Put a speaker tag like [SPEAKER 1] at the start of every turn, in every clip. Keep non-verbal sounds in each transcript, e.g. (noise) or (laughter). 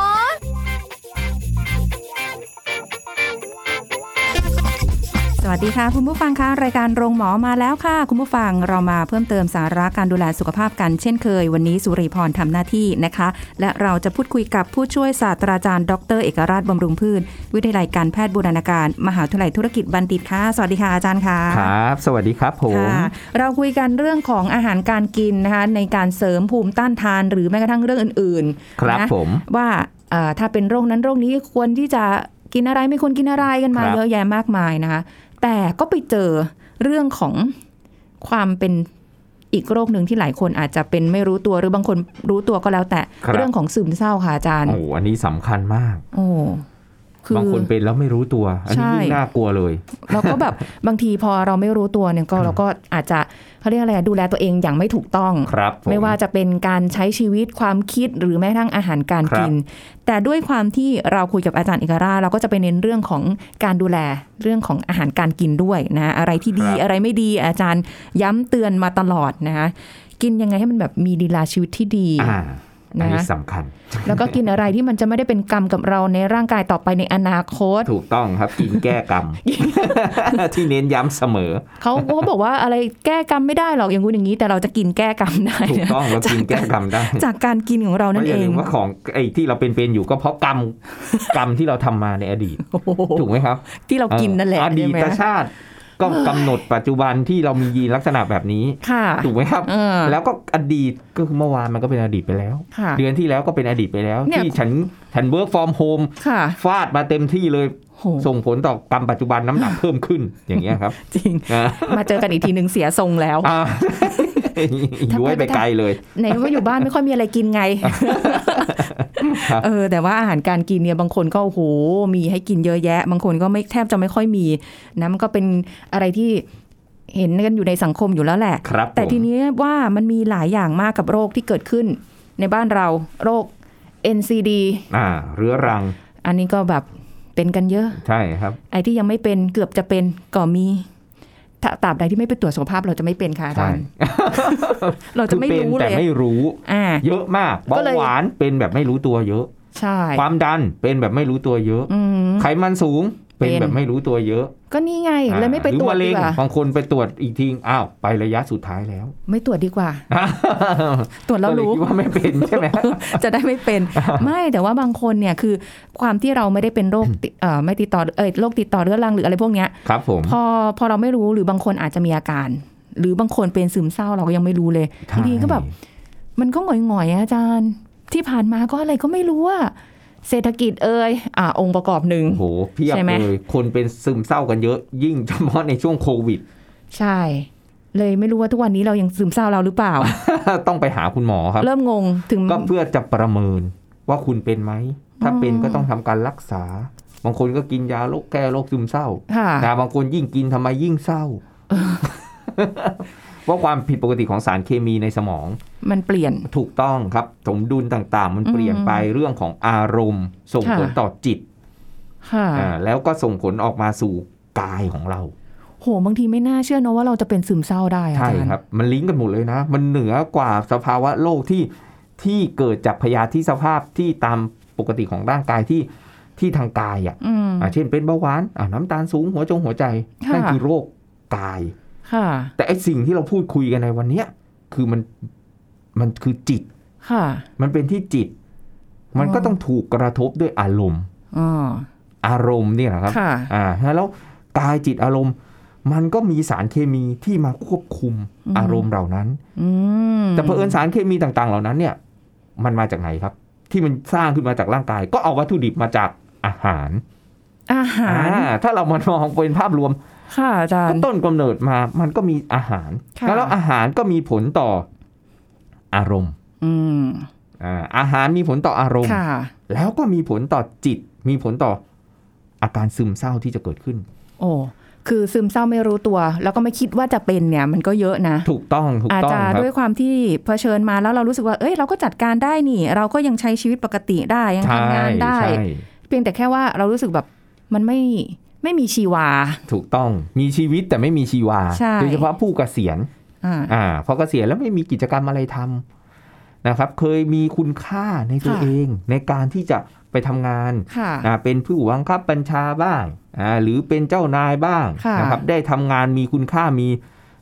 [SPEAKER 1] ล
[SPEAKER 2] สวัสดีค่ะ คุณผู้ฟังคะรายการโรงหมอมาแล้วค่ะ คุณผู้ฟังเรามาเพิ่มเติมสาระการดูแลสุขภาพกันเช่นเคย วันนี้สุริพรทำหน้าที่นะคะ และเราจะพูดคุยกับผู้ช่วยศาสตราจารย์ ดร เอกราชบำรุงพืชวิทยาลัยการแพทย์บูรณาการ มหาวิทยาลัยธุรกิจบัณฑิตค่ะ สวัสดีค่ะอาจารย์ค่ะ
[SPEAKER 3] ครับ สวัสดีครับผม
[SPEAKER 2] ค่ะเราคุยกันเรื่องของอาหารการกินนะคะในการเสริมภูมิต้านทาน หรือแม้กระทั่งเรื่องอื่นๆ
[SPEAKER 3] ครับ
[SPEAKER 2] นะ
[SPEAKER 3] ผม
[SPEAKER 2] ว่าเอ่อถ้าเป็นโรคนั้นโรคนี้ควรที่จะกินอะไรไม่ควรกินอะไรกันมา
[SPEAKER 3] ครับ
[SPEAKER 2] เยอะแยะมากมายนะคะแต่ก็ไปเจอเรื่องของความเป็นอีกโรคหนึ่งที่หลายคนอาจจะเป็นไม่รู้ตัวหรือบางคนรู้ตัวก็แล้วแต่เรื่องของซึมเศร้าค่ะอาจารย์
[SPEAKER 3] โอ้โหอันนี้สำคัญมาก
[SPEAKER 2] โอ้คือ
[SPEAKER 3] บางคนเป็นแล้วไม่รู้ตัว อันนี้
[SPEAKER 2] ใช่
[SPEAKER 3] ยิ่งน่ากลัวเลย
[SPEAKER 2] เราก็แบบ บางทีพอเราไม่รู้ตัวเนี่ยก็เราก็อาจจะเขาเรียกอะไรอะดูแลตัวเองอย่างไม่ถูกต้อง
[SPEAKER 3] ครับผ
[SPEAKER 2] ไม่ว่าจะเป็นการใช้ชีวิตความคิดหรือแม้กระทั่งอาหารการกิน แต่ด้วยความที่เราคุยกับอาจารย์เอกราชเราก็จะไปเน้นเรื่องของการดูแลเรื่องของอาหารการกินด้วยนะอะไรที่ดี
[SPEAKER 3] ครับ
[SPEAKER 2] อะไรไม่ดีอาจารย์ย้ำเตือนมาตลอดนะคะกินยังไงให้มันแบบมีดีลาชีวิตที่ดี
[SPEAKER 3] อ่าอันนี้
[SPEAKER 2] นะ
[SPEAKER 3] สำคัญ
[SPEAKER 2] แล้วก็กินอะไรที่มันจะไม่ได้เป็นกรรมกับเราในร่างกายต่อไปในอนาคต
[SPEAKER 3] ถูกต้องครับ กินแก้กรรม ที่เน้นย้ำเสมอ
[SPEAKER 2] เขาเขาบอกว่าอะไรแก้กรรมไม่ได้หรอกอย่างงู้นอย่างนี้แต่เราจะกินแก้กรรมได้
[SPEAKER 3] ถูก
[SPEAKER 2] นะ
[SPEAKER 3] ต้องเรากินแก้กรรมได้
[SPEAKER 2] จากการกินของเรา
[SPEAKER 3] เพ
[SPEAKER 2] นั่
[SPEAKER 3] ราะ
[SPEAKER 2] น
[SPEAKER 3] อ
[SPEAKER 2] เอย่าง
[SPEAKER 3] ลืมว่าของไอ้ที่เราเป็นๆอยู่ก็เพราะกรรม กรรมที่เราทำมาในอดีต
[SPEAKER 2] โอ้โห
[SPEAKER 3] ถูกไหมครับ
[SPEAKER 2] ที่เรากินนั่นแหละ
[SPEAKER 3] อดี
[SPEAKER 2] ใช่ไหม
[SPEAKER 3] ตชาติ ก็กำหนดปัจจุบันที่เรามียีนลักษณะแบบนี้
[SPEAKER 2] ค่ะ
[SPEAKER 3] ถูกไหมครับ
[SPEAKER 2] เออ
[SPEAKER 3] แล้วก็อดีตก็คือเมื่อวานมันก็เป็นอดีตไปแล้ว
[SPEAKER 2] ค่ะ
[SPEAKER 3] เดือนที่แล้วก็เป็นอดีตไปแล้ว
[SPEAKER 2] เนี่ย
[SPEAKER 3] ที่ฉันฉันเวิร์กฟอร์มโฮม
[SPEAKER 2] ค่ะ
[SPEAKER 3] ฟาดมาเต็มที่เลย
[SPEAKER 2] โห
[SPEAKER 3] ส่งผลต่อกรรมปัจจุบันน้ำหนักเพิ่มขึ้น อย่างเงี้ยครับ
[SPEAKER 2] จริง
[SPEAKER 3] อ่า
[SPEAKER 2] มาเจอกันอีกทีหนึ่งเสียทรงแล้ว (laughs)
[SPEAKER 3] อ่าย้วยไปไกลเลย
[SPEAKER 2] ในว่าอยู่บ้านไม่ค่อยมีอะไรกินไง
[SPEAKER 3] ครับ
[SPEAKER 2] เออ แต่ว่าอาหารการกินเนี่ยบางคนก็โอ้โหมีให้กินเยอะแยะ บางคนก็ไม่แทบจะไม่ค่อยมีนะมันก็เป็นอะไรที่เห็นกันอยู่ในสังคมอยู่แล้วแหละ
[SPEAKER 3] ครับ
[SPEAKER 2] แต่
[SPEAKER 3] ผม
[SPEAKER 2] ทีนี้ว่ามันมีหลายอย่างมากกับโรคที่เกิดขึ้น ในบ้านเราโรค NCD
[SPEAKER 3] อ่า เรื้อรัง
[SPEAKER 2] อันนี้ก็แบบเป็นกันเยอะ
[SPEAKER 3] ใช่ครับ
[SPEAKER 2] ไอ้ที่ยังไม่เป็นเกือบจะเป็นก็มีถ้าตราบใดที่ไม่ไปตรวจสุขภาพเราจะไม่เป็นค่ะอา
[SPEAKER 3] (laughs)
[SPEAKER 2] จารย์ เรา
[SPEAKER 3] คื
[SPEAKER 2] จะ
[SPEAKER 3] อ
[SPEAKER 2] ไม่
[SPEAKER 3] เป็น
[SPEAKER 2] รู้
[SPEAKER 3] แต่
[SPEAKER 2] เลย
[SPEAKER 3] ไม่รู้
[SPEAKER 2] อ่า
[SPEAKER 3] เยอะมากเบา
[SPEAKER 2] ก็เลย
[SPEAKER 3] หวานเป็นแบบไม่รู้ตัวเยอะ
[SPEAKER 2] ใช่
[SPEAKER 3] ความดันเป็นแบบไม่รู้ตัวเยอะ
[SPEAKER 2] อืม
[SPEAKER 3] ไขมันสูงเป็น
[SPEAKER 2] เป็น
[SPEAKER 3] แบบไม่รู้ตัวเยอะ
[SPEAKER 2] ก็นี่ไง
[SPEAKER 3] อ่า
[SPEAKER 2] เลยไม่ไป
[SPEAKER 3] หอ
[SPEAKER 2] ตรวจ
[SPEAKER 3] มะ
[SPEAKER 2] ดี
[SPEAKER 3] เง
[SPEAKER 2] กว่า
[SPEAKER 3] บางคนไปตรวจอีกทีอ้าวไประยะสุดท้ายแล้ว
[SPEAKER 2] ไม่ตรวจดีก
[SPEAKER 3] (laughs)
[SPEAKER 2] ว่า ตรวจแล้ว
[SPEAKER 3] ก็เย
[SPEAKER 2] รู้
[SPEAKER 3] คิดว่าไม่เป็นใช่ไหม
[SPEAKER 2] (laughs) จะได้ไม่
[SPEAKER 3] (laughs)
[SPEAKER 2] เป็น ไม่แต่ว่าบางคนเนี่ยคือความที่เราไม่ได้เป็นโรคติดเอ่อไม่ติดต่อเอยโรคติดต่อเรื้อรังหรืออะไรพวกเนี้ย
[SPEAKER 3] ครับผม
[SPEAKER 2] พอพอเราไม่รู้หรือบางคนอาจจะมีอาการ หรือบางคนเป็นซึมเศร้าเราก็ยังไม่รู้เลยบางทีก็แบบ มันก็หงอยๆอะอาจารย์ ที่ผ่านมาก็อะไรก็ไม่รู้อะเศรษฐกิจเอ่ยอ่าองค์ประกอบหนึ่ง
[SPEAKER 3] โอ้โหเพียบ
[SPEAKER 2] ใช่ไหม
[SPEAKER 3] เลย คนเป็นซึมเศร้ากันเยอะ ยิ่งเฉพาะในช่วงโควิด (laughs)
[SPEAKER 2] ใช่ เลยไม่รู้ว่าทุกวันนี้เรายังซึมเศร้าเราหรือเปล่า
[SPEAKER 3] ต้องไปหาคุณหมอครับ
[SPEAKER 2] เริ่มงงถึง
[SPEAKER 3] ก็เพื่อจะประเมินว่าคุณเป็นไหม ถ้าเป็นก็ต้องทำการรักษา บางคนก็กินยาโรคแก้โรคซึมเศร้า
[SPEAKER 2] ค่ะ
[SPEAKER 3] แต่บางคนยิ่งกินทำไมยิ่งเศ
[SPEAKER 2] (laughs)
[SPEAKER 3] ร้า ว่าความผิดปกติของสารเคมีในสมอง
[SPEAKER 2] มันเปลี่ยน
[SPEAKER 3] ถูกต้องครับสมดุลต่างๆ มันเปลี่ยนไปเรื่องของอารมณ์ ส่งผล
[SPEAKER 2] ค่ะ
[SPEAKER 3] ต่อจิต
[SPEAKER 2] ค่ะ
[SPEAKER 3] อ่าแล้วก็ส่งผลออกมาสู่กายของเรา
[SPEAKER 2] โหบางทีไม่น่าเชื่อเนอะว่าเราจะเป็นซึมเศร้าได้อะอา
[SPEAKER 3] ใช่
[SPEAKER 2] จารย์
[SPEAKER 3] ครับ มันลิงก์กันหมดเลยนะ มันเหนือกว่าสภาวะโลกที่ที่เกิดจากพยาธิสภาพที่ตามปกติของร่างกายที่ที่ทางกายอะ
[SPEAKER 2] อืม
[SPEAKER 3] อ่ะเช่นเป็นเบาหวานอ่ะน้ำตาลสูงหัวจงหัวใจ
[SPEAKER 2] ค่ะ
[SPEAKER 3] นั่นคือโรคกาย
[SPEAKER 2] ค่ะ
[SPEAKER 3] แต่ไอสิ่งที่เราพูดคุยกันในวันเนี้ยคือมันมันคือจิต
[SPEAKER 2] ค่ะ
[SPEAKER 3] มันเป็นที่จิต มันก็ต้องถูกกระทบด้วยอารมณ์
[SPEAKER 2] อ๋อ
[SPEAKER 3] อารมณ์เนี่ยนะครับ
[SPEAKER 2] ค่ะ
[SPEAKER 3] อ่าแล้วกายจิตอารมณ์ มันก็มีสารเคมีที่มาควบคุม
[SPEAKER 2] อืม
[SPEAKER 3] อารมณ์เหล่านั้น
[SPEAKER 2] อืม
[SPEAKER 3] แต่เผอิญสารเคมีต่างๆ เหล่านั้นเนี่ย มันมาจากไหนครับ ที่มันสร้างขึ้นมาจากร่างกาย ก็เอาวัตถุดิบมาจากอาหาร
[SPEAKER 2] อาหาร
[SPEAKER 3] อ่าถ้าเรามามองเป็นภาพรวม
[SPEAKER 2] ค่ะอาจารย์
[SPEAKER 3] ต้นกำเนิดมา มันก็มีอาหาร
[SPEAKER 2] ค่ะ
[SPEAKER 3] แล้วอาหารก็มีผลต่ออารมณ์
[SPEAKER 2] อืม
[SPEAKER 3] อ่าอาหารมีผลต่ออารมณ์
[SPEAKER 2] ค่ะ
[SPEAKER 3] แล้วก็มีผลต่อจิต มีผลต่อ อาการซึมเศร้าที่จะเกิดขึ้น
[SPEAKER 2] โอ้คือซึมเศร้าไม่รู้ตัว แล้วก็ไม่คิดว่าจะเป็นเนี่ยมันก็เยอะนะ
[SPEAKER 3] ถูกต้องถูก
[SPEAKER 2] อาจ
[SPEAKER 3] ต้อง
[SPEAKER 2] จะ
[SPEAKER 3] ครับ
[SPEAKER 2] ด้วยความที่เผชิญมาแล้วเรารู้สึกว่า เอ้ยเราก็จัดการได้นี่ เราก็ยังใช้ชีวิตปกติได้ยังทำงานได้
[SPEAKER 3] ใช่ใช่
[SPEAKER 2] เพียงแต่แค่ว่าเรารู้สึกแบบมันไม่ไม่มีชีวา
[SPEAKER 3] ถูกต้องมีชีวิตแต่ไม่มีชีวา
[SPEAKER 2] ใช่
[SPEAKER 3] โดยเฉพาะผู้เกษียณ
[SPEAKER 2] อ่า
[SPEAKER 3] อ่าพอเกษียณแล้วไม่มีกิจกรรมอะไรทำนะครับ เคยมีคุณค่าในตัว
[SPEAKER 2] ค่ะ
[SPEAKER 3] เอง ในการที่จะไปทำงาน
[SPEAKER 2] ค่ะ
[SPEAKER 3] อ่าเป็นผู้บังคับบัญชาบ้างอ่าหรือเป็นเจ้านายบ้าง
[SPEAKER 2] ค่ะ
[SPEAKER 3] นะครับ ได้ทำงานมีคุณค่ามี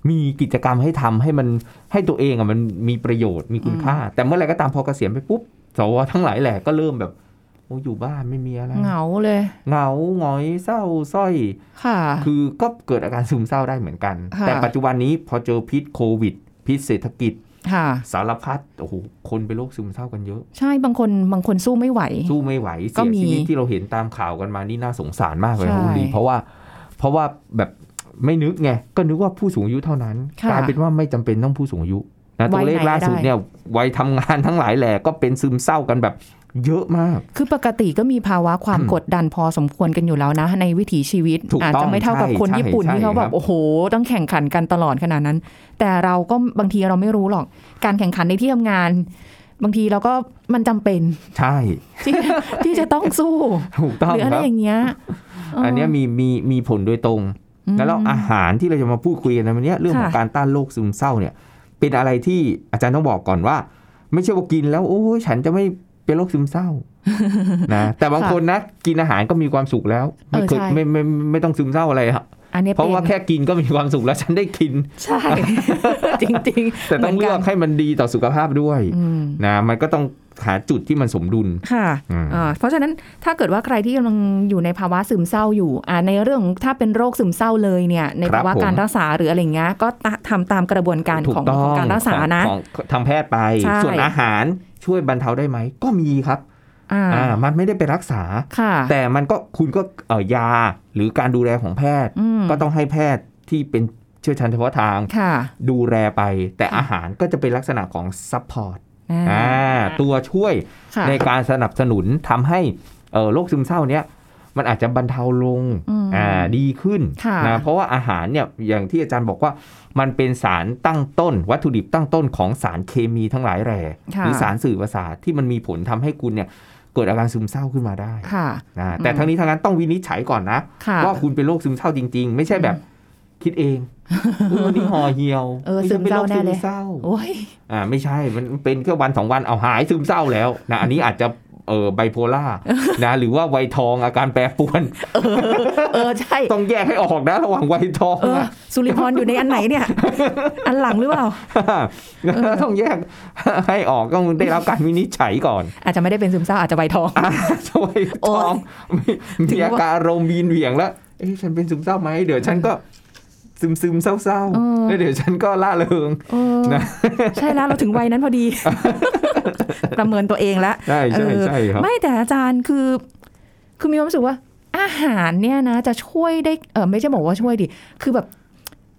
[SPEAKER 3] มีกิจกรรมให้ทำให้มันให้ตัวเองอ่ะมันมีประโยชน์มีคุณค่า แต่เมื่อไหร่ก็ตามพอเกษียณไปปุ๊บสวทั้งหลายแหละก็เริ่มแบบโอ้อยู่บ้านไม่มีอะไร
[SPEAKER 2] เหงาเลย
[SPEAKER 3] เหงาหงอยเศร้าสร้อย
[SPEAKER 2] ค่ะ
[SPEAKER 3] คือก็เกิดอาการซึมเศร้าได้เหมือนกัน
[SPEAKER 2] ค่ะ
[SPEAKER 3] แต่ปัจจุบันนี้พอเจอพิษโควิด พิษเศรษฐกิจ
[SPEAKER 2] ค่ะ
[SPEAKER 3] สารพัดโอ้โหคนเป็นโรคซึมเศร้ากันเยอะ
[SPEAKER 2] ใช่บางคนบางคนสู้ไม่ไหว
[SPEAKER 3] สู้ไม่ไหว
[SPEAKER 2] ก็
[SPEAKER 3] เสีย
[SPEAKER 2] มี
[SPEAKER 3] ชีวิตที่เราเห็นตามข่าวกันมานี่น่าสงสารมากเลย
[SPEAKER 2] ใช่
[SPEAKER 3] คุณลีเพราะว่า เพราะว่าแบบไม่นึกไงก็นึกว่าผู้สูงอายุเท่านั้น
[SPEAKER 2] ค่ะ
[SPEAKER 3] กลายเป็นว่าไม่จำเป็นต้องผู้สูงอายุนะตัวเลข
[SPEAKER 2] วัยไหน
[SPEAKER 3] ล่าสุด
[SPEAKER 2] ได้
[SPEAKER 3] เนี่ยวัยทำงานทั้งหลายแหล่ก็เป็นซึมเศร้ากันแบบ เยอะมาก
[SPEAKER 2] คือปกติก็มีภาวะความ
[SPEAKER 3] อืม
[SPEAKER 2] กดดันพอสมควรกันอยู่แล้วนะ ในวิถีชีวิต
[SPEAKER 3] ถูกต้อง
[SPEAKER 2] อาจจะไม่เท่ากับคน
[SPEAKER 3] ใช่
[SPEAKER 2] ญี่ปุ่น
[SPEAKER 3] ใช่
[SPEAKER 2] ที่เขาแบ
[SPEAKER 3] ครับ บ
[SPEAKER 2] โอ้โห ต้องแข่งขันกันตลอดขนาดนั้น แต่เราก็บางทีเราไม่รู้หรอก การแข่งขันในที่ทำงาน บางทีเราก็มันจำเป็น
[SPEAKER 3] ใช่
[SPEAKER 2] ที่ (laughs) ที่จะต้องสู้
[SPEAKER 3] ถูกต้อ
[SPEAKER 2] ห
[SPEAKER 3] ง
[SPEAKER 2] รืออะ
[SPEAKER 3] ค
[SPEAKER 2] ไร
[SPEAKER 3] รับ
[SPEAKER 2] อย่างเงี้ย
[SPEAKER 3] อันเนี้ยมีมีมีผลโดยตรง
[SPEAKER 2] ม
[SPEAKER 3] แล้วอาหารที่เราจะมาพูดคุยกันในวันเนี้ยเรื่องของ
[SPEAKER 2] ค่ะ
[SPEAKER 3] การต้านโรคซึมเศร้าเนี่ย เป็นอะไรที่อาจารย์ต้องบอกก่อนว่า ไม่ใช่ว่ากินแล้วโอ้ยฉันจะไม่เป็นโรคซึมเศ
[SPEAKER 2] (laughs)
[SPEAKER 3] ร้า นะแต่บางคนนะกินอาหารก็มีความสุขแล้ว ไม่เคย
[SPEAKER 2] เออใช่
[SPEAKER 3] ไม่ไม่ไม่ไม่ต้องซึมเศร้าอะไรอะ
[SPEAKER 2] อันเนี้ย
[SPEAKER 3] เพราะว่า
[SPEAKER 2] ป็น
[SPEAKER 3] แค่กินก็มีความสุขแล้วฉันได้กิน
[SPEAKER 2] ใช่ (laughs) จริงๆ
[SPEAKER 3] แต่ต้อง
[SPEAKER 2] หมืน
[SPEAKER 3] เลื
[SPEAKER 2] น
[SPEAKER 3] อกให้มันดีต่อสุขภาพด้วย
[SPEAKER 2] อืม
[SPEAKER 3] นะมันก็ต้องหาจุดที่มันสมดุล
[SPEAKER 2] ค่ะ
[SPEAKER 3] อืม
[SPEAKER 2] อ่าเพราะฉะนั้นถ้าเกิดว่าใครที่กำลังอยู่ในภาวะซึมเศร้าอยู่อ่าในเรื่องของถ้าเป็นโรคซึมเศร้าเลยเนี่ย ในภาวะ
[SPEAKER 3] ผม
[SPEAKER 2] การรักษาหรืออะไรเงี้ยก็ตะทำตามกระบวนการ
[SPEAKER 3] ถู
[SPEAKER 2] ของของการรักษานะ
[SPEAKER 3] ของของทางแพทย์ไป
[SPEAKER 2] ใช่
[SPEAKER 3] ส่วนอาหารช่วยบรรเทาได้ไหมก็มีครับ
[SPEAKER 2] อ่า
[SPEAKER 3] อ่ามันไม่ได้ไปรักษา
[SPEAKER 2] ค่ะ
[SPEAKER 3] แต่มันก็คุณก็เอ่อยาหรือการดูแลของแพทย์
[SPEAKER 2] อืม
[SPEAKER 3] ก็ต้องให้แพทย์ที่เป็นเชี่ยวชาญเฉพาะทาง
[SPEAKER 2] ค่ะ
[SPEAKER 3] ดูแลไป แต่อาหารก็จะเป็นลักษณะของซัพพอร์ต
[SPEAKER 2] อ่า
[SPEAKER 3] อ่าตัวช่วย
[SPEAKER 2] ค่ะ
[SPEAKER 3] ในการสนับสนุนทำให้เอ่อโรคซึมเศร้าเนี้ยมันอาจจะบรรเทาลง
[SPEAKER 2] อืม
[SPEAKER 3] อ่าดีขึ้น
[SPEAKER 2] ค่ะ
[SPEAKER 3] นะเพราะว่าอาหารเนี่ยอย่างที่อาจารย์บอกว่ามันเป็นสารตั้งต้น วัตถุดิบตั้งต้นของสารเคมีทั้งหลายแหล่หรือสารสื่อประสาทที่มันมีผลทำให้คุณเนี่ยเกิดอาการซึมเศร้าขึ้นมาได้
[SPEAKER 2] ค่ะ
[SPEAKER 3] นะแต่
[SPEAKER 2] อืม
[SPEAKER 3] ทั้งนี้ทั้งนั้นต้องวินิจฉัยก่อนนะ
[SPEAKER 2] ค่ะ
[SPEAKER 3] ว่าคุณเป็นโรคซึมเศร้าจริง ๆ ไม่ใช่แบบคิดเองเออวันนี้ห่อเหี่ยว
[SPEAKER 2] เออ
[SPEAKER 3] ฮ้ยฉันป็นโค
[SPEAKER 2] ซึมเศร้าแน่เลย
[SPEAKER 3] เศร้า
[SPEAKER 2] โอ้ย (laughs)
[SPEAKER 3] อ่าไม่ใช่มันเป็นแค่วันสองวันเอาหายซึมเศร้าแล้วนะอันนี้อาจจะเออไบโพล่านะหรือว่าไวยทองอาการแปรปรวน
[SPEAKER 2] เออใช่
[SPEAKER 3] ต้องแยกให้ออกนะระหว่างไวยทอง
[SPEAKER 2] เออ
[SPEAKER 3] อะ
[SPEAKER 2] สุริพรอยู่ในอันไหนเนี่ย
[SPEAKER 3] (laughs)
[SPEAKER 2] อันหลังหรือเปล่า
[SPEAKER 3] ต้องแยกให้ออกต้องได้รับการวินิจฉัยก่อน
[SPEAKER 2] อาจจะไม่ได้เป็นซึมเศร้าอาจจะใบทอง
[SPEAKER 3] อ่าไวยทองมีมีอาการอารมณ์วีนเหวี่ยงแล้วเอ๊ะฉันเป็นซึมเศร้าไหมเดี๋ยวฉันก็ซึมซึมๆเศร้าเศร้าๆ
[SPEAKER 2] เออ
[SPEAKER 3] แล้วเดี๋ยวฉันก็ล่าเริง
[SPEAKER 2] เออ
[SPEAKER 3] นะ
[SPEAKER 2] ใช่แล้วเราถึงวัยนั้นพอดี
[SPEAKER 3] (laughs)
[SPEAKER 2] ประเมินตัวเองแล้ว
[SPEAKER 3] ใช่ใช่
[SPEAKER 2] เออ
[SPEAKER 3] ใช่ครับ
[SPEAKER 2] ไม่แต่อาจารย์คือ คือมีความรู้สึกว่า อาหารเนี่ยนะ จะช่วยได้เออไม่ใช่บอกว่าช่วยดิคือแบบ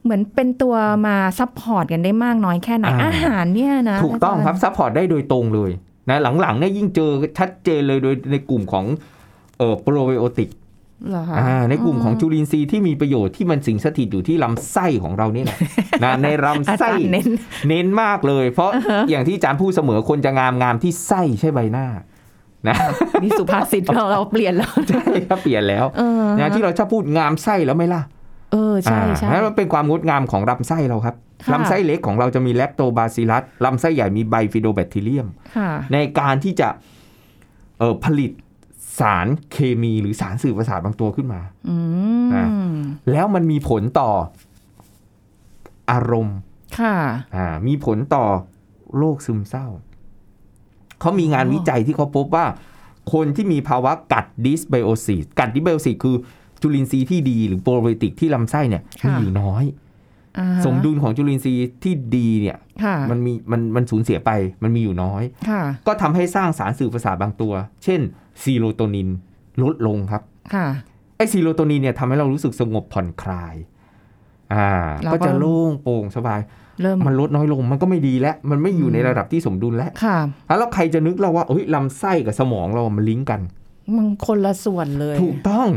[SPEAKER 2] เหมือนเป็นตัวมาซัพพอร์ตกันได้มากน้อยแค่ไหน
[SPEAKER 3] อ่า
[SPEAKER 2] อาหารเนี่ยนะ
[SPEAKER 3] ถูกต้องครับซัพพอร์ตได้โดยตรงเลยนะหลังๆเนี่ยยิ่งเจอชัดเจนเลยโดยในกลุ่มของเอ่อโปรไบโอติก
[SPEAKER 2] เหรอคะ
[SPEAKER 3] อ่าในกลุ่มของจุลินทรีย์ที่มีประโยชน์ที่มันสิงสถิตอยู่ที่ลำไส้ของเรา
[SPEAKER 2] (laughs)
[SPEAKER 3] นี่แหละ นะใน
[SPEAKER 2] อา
[SPEAKER 3] ลำไส้
[SPEAKER 2] จารย์เน้น (laughs)
[SPEAKER 3] เน้นมากเลย เพราะอย่างที่อาจารย์พูดเสมอคนจะงามงามที่ไส้ใช่ใบหน้า
[SPEAKER 2] (laughs)
[SPEAKER 3] นะ
[SPEAKER 2] นี่สุภาษิตเราเราเปลี่ยนแล้ว
[SPEAKER 3] ใช่ครับเปลี่ยนแล้ว
[SPEAKER 2] เออ
[SPEAKER 3] นะที่เราชอบพูดงามไส้แล้วไหม่ล่ะ
[SPEAKER 2] เออใช่ใช่
[SPEAKER 3] อ่านั่นมันเป็นความงดงามของลำไส้เราครับ
[SPEAKER 2] ค่ะ
[SPEAKER 3] ลำไส้เล็กของเราจะมีแลคโตบาซิลัสลำไส้ใหญ่มีไบฟิโดแบคทีเรียม
[SPEAKER 2] ค่ะ
[SPEAKER 3] ในการที่จะเอ่อผลิตสารเคมีหรือสารสื่อประสาทบางตัวขึ้นมา
[SPEAKER 2] อื
[SPEAKER 3] อ่า
[SPEAKER 2] ม
[SPEAKER 3] แล้วมันมีผลต่ออารมณ์
[SPEAKER 2] ค่ะ
[SPEAKER 3] อ่ามีผลต่อโรคซึมเศร้า เขามีงาน
[SPEAKER 2] อ๋อ
[SPEAKER 3] วิจัยที่เขาพบว่า คนที่มีภาวะกัดดิสไบโอซิสกัดดิสไบโอซิสคือจุลินทรีย์ที่ดีหรือโปรไบโอติกที่ลำไส้เนี่ยมีอยู่น้อย
[SPEAKER 2] อ่าฮะ
[SPEAKER 3] สมดุลของจุลินทรีย์ที่ดีเนี่ย
[SPEAKER 2] ค่ะ
[SPEAKER 3] มันมีมันมันสูญเสียไป มันมีอยู่น้อย
[SPEAKER 2] ค่ะ
[SPEAKER 3] ก็ทำให้สร้างสารสื่อประสาทบางตัว เช่นซีโรโทนินลดลงครับ
[SPEAKER 2] ค่ะ
[SPEAKER 3] ไอซีโรโทนินเนี่ยทำให้เรารู้สึกสงบผ่อนคลาย อ่า
[SPEAKER 2] เราก็
[SPEAKER 3] ก็จะโล่งโปร่งสบาย
[SPEAKER 2] เริ่ม
[SPEAKER 3] มันลดน้อยลง มันก็ไม่ดีแล้ว มันไม่อยู่ในระดับที่สมดุลแล้ว
[SPEAKER 2] ค่ะ
[SPEAKER 3] แล้วใครจะนึกเราว่าเอ้ยลำไส้กับสมองเรามันลิงก์กัน
[SPEAKER 2] มันคนละส่วนเลย
[SPEAKER 3] ถูกต้อง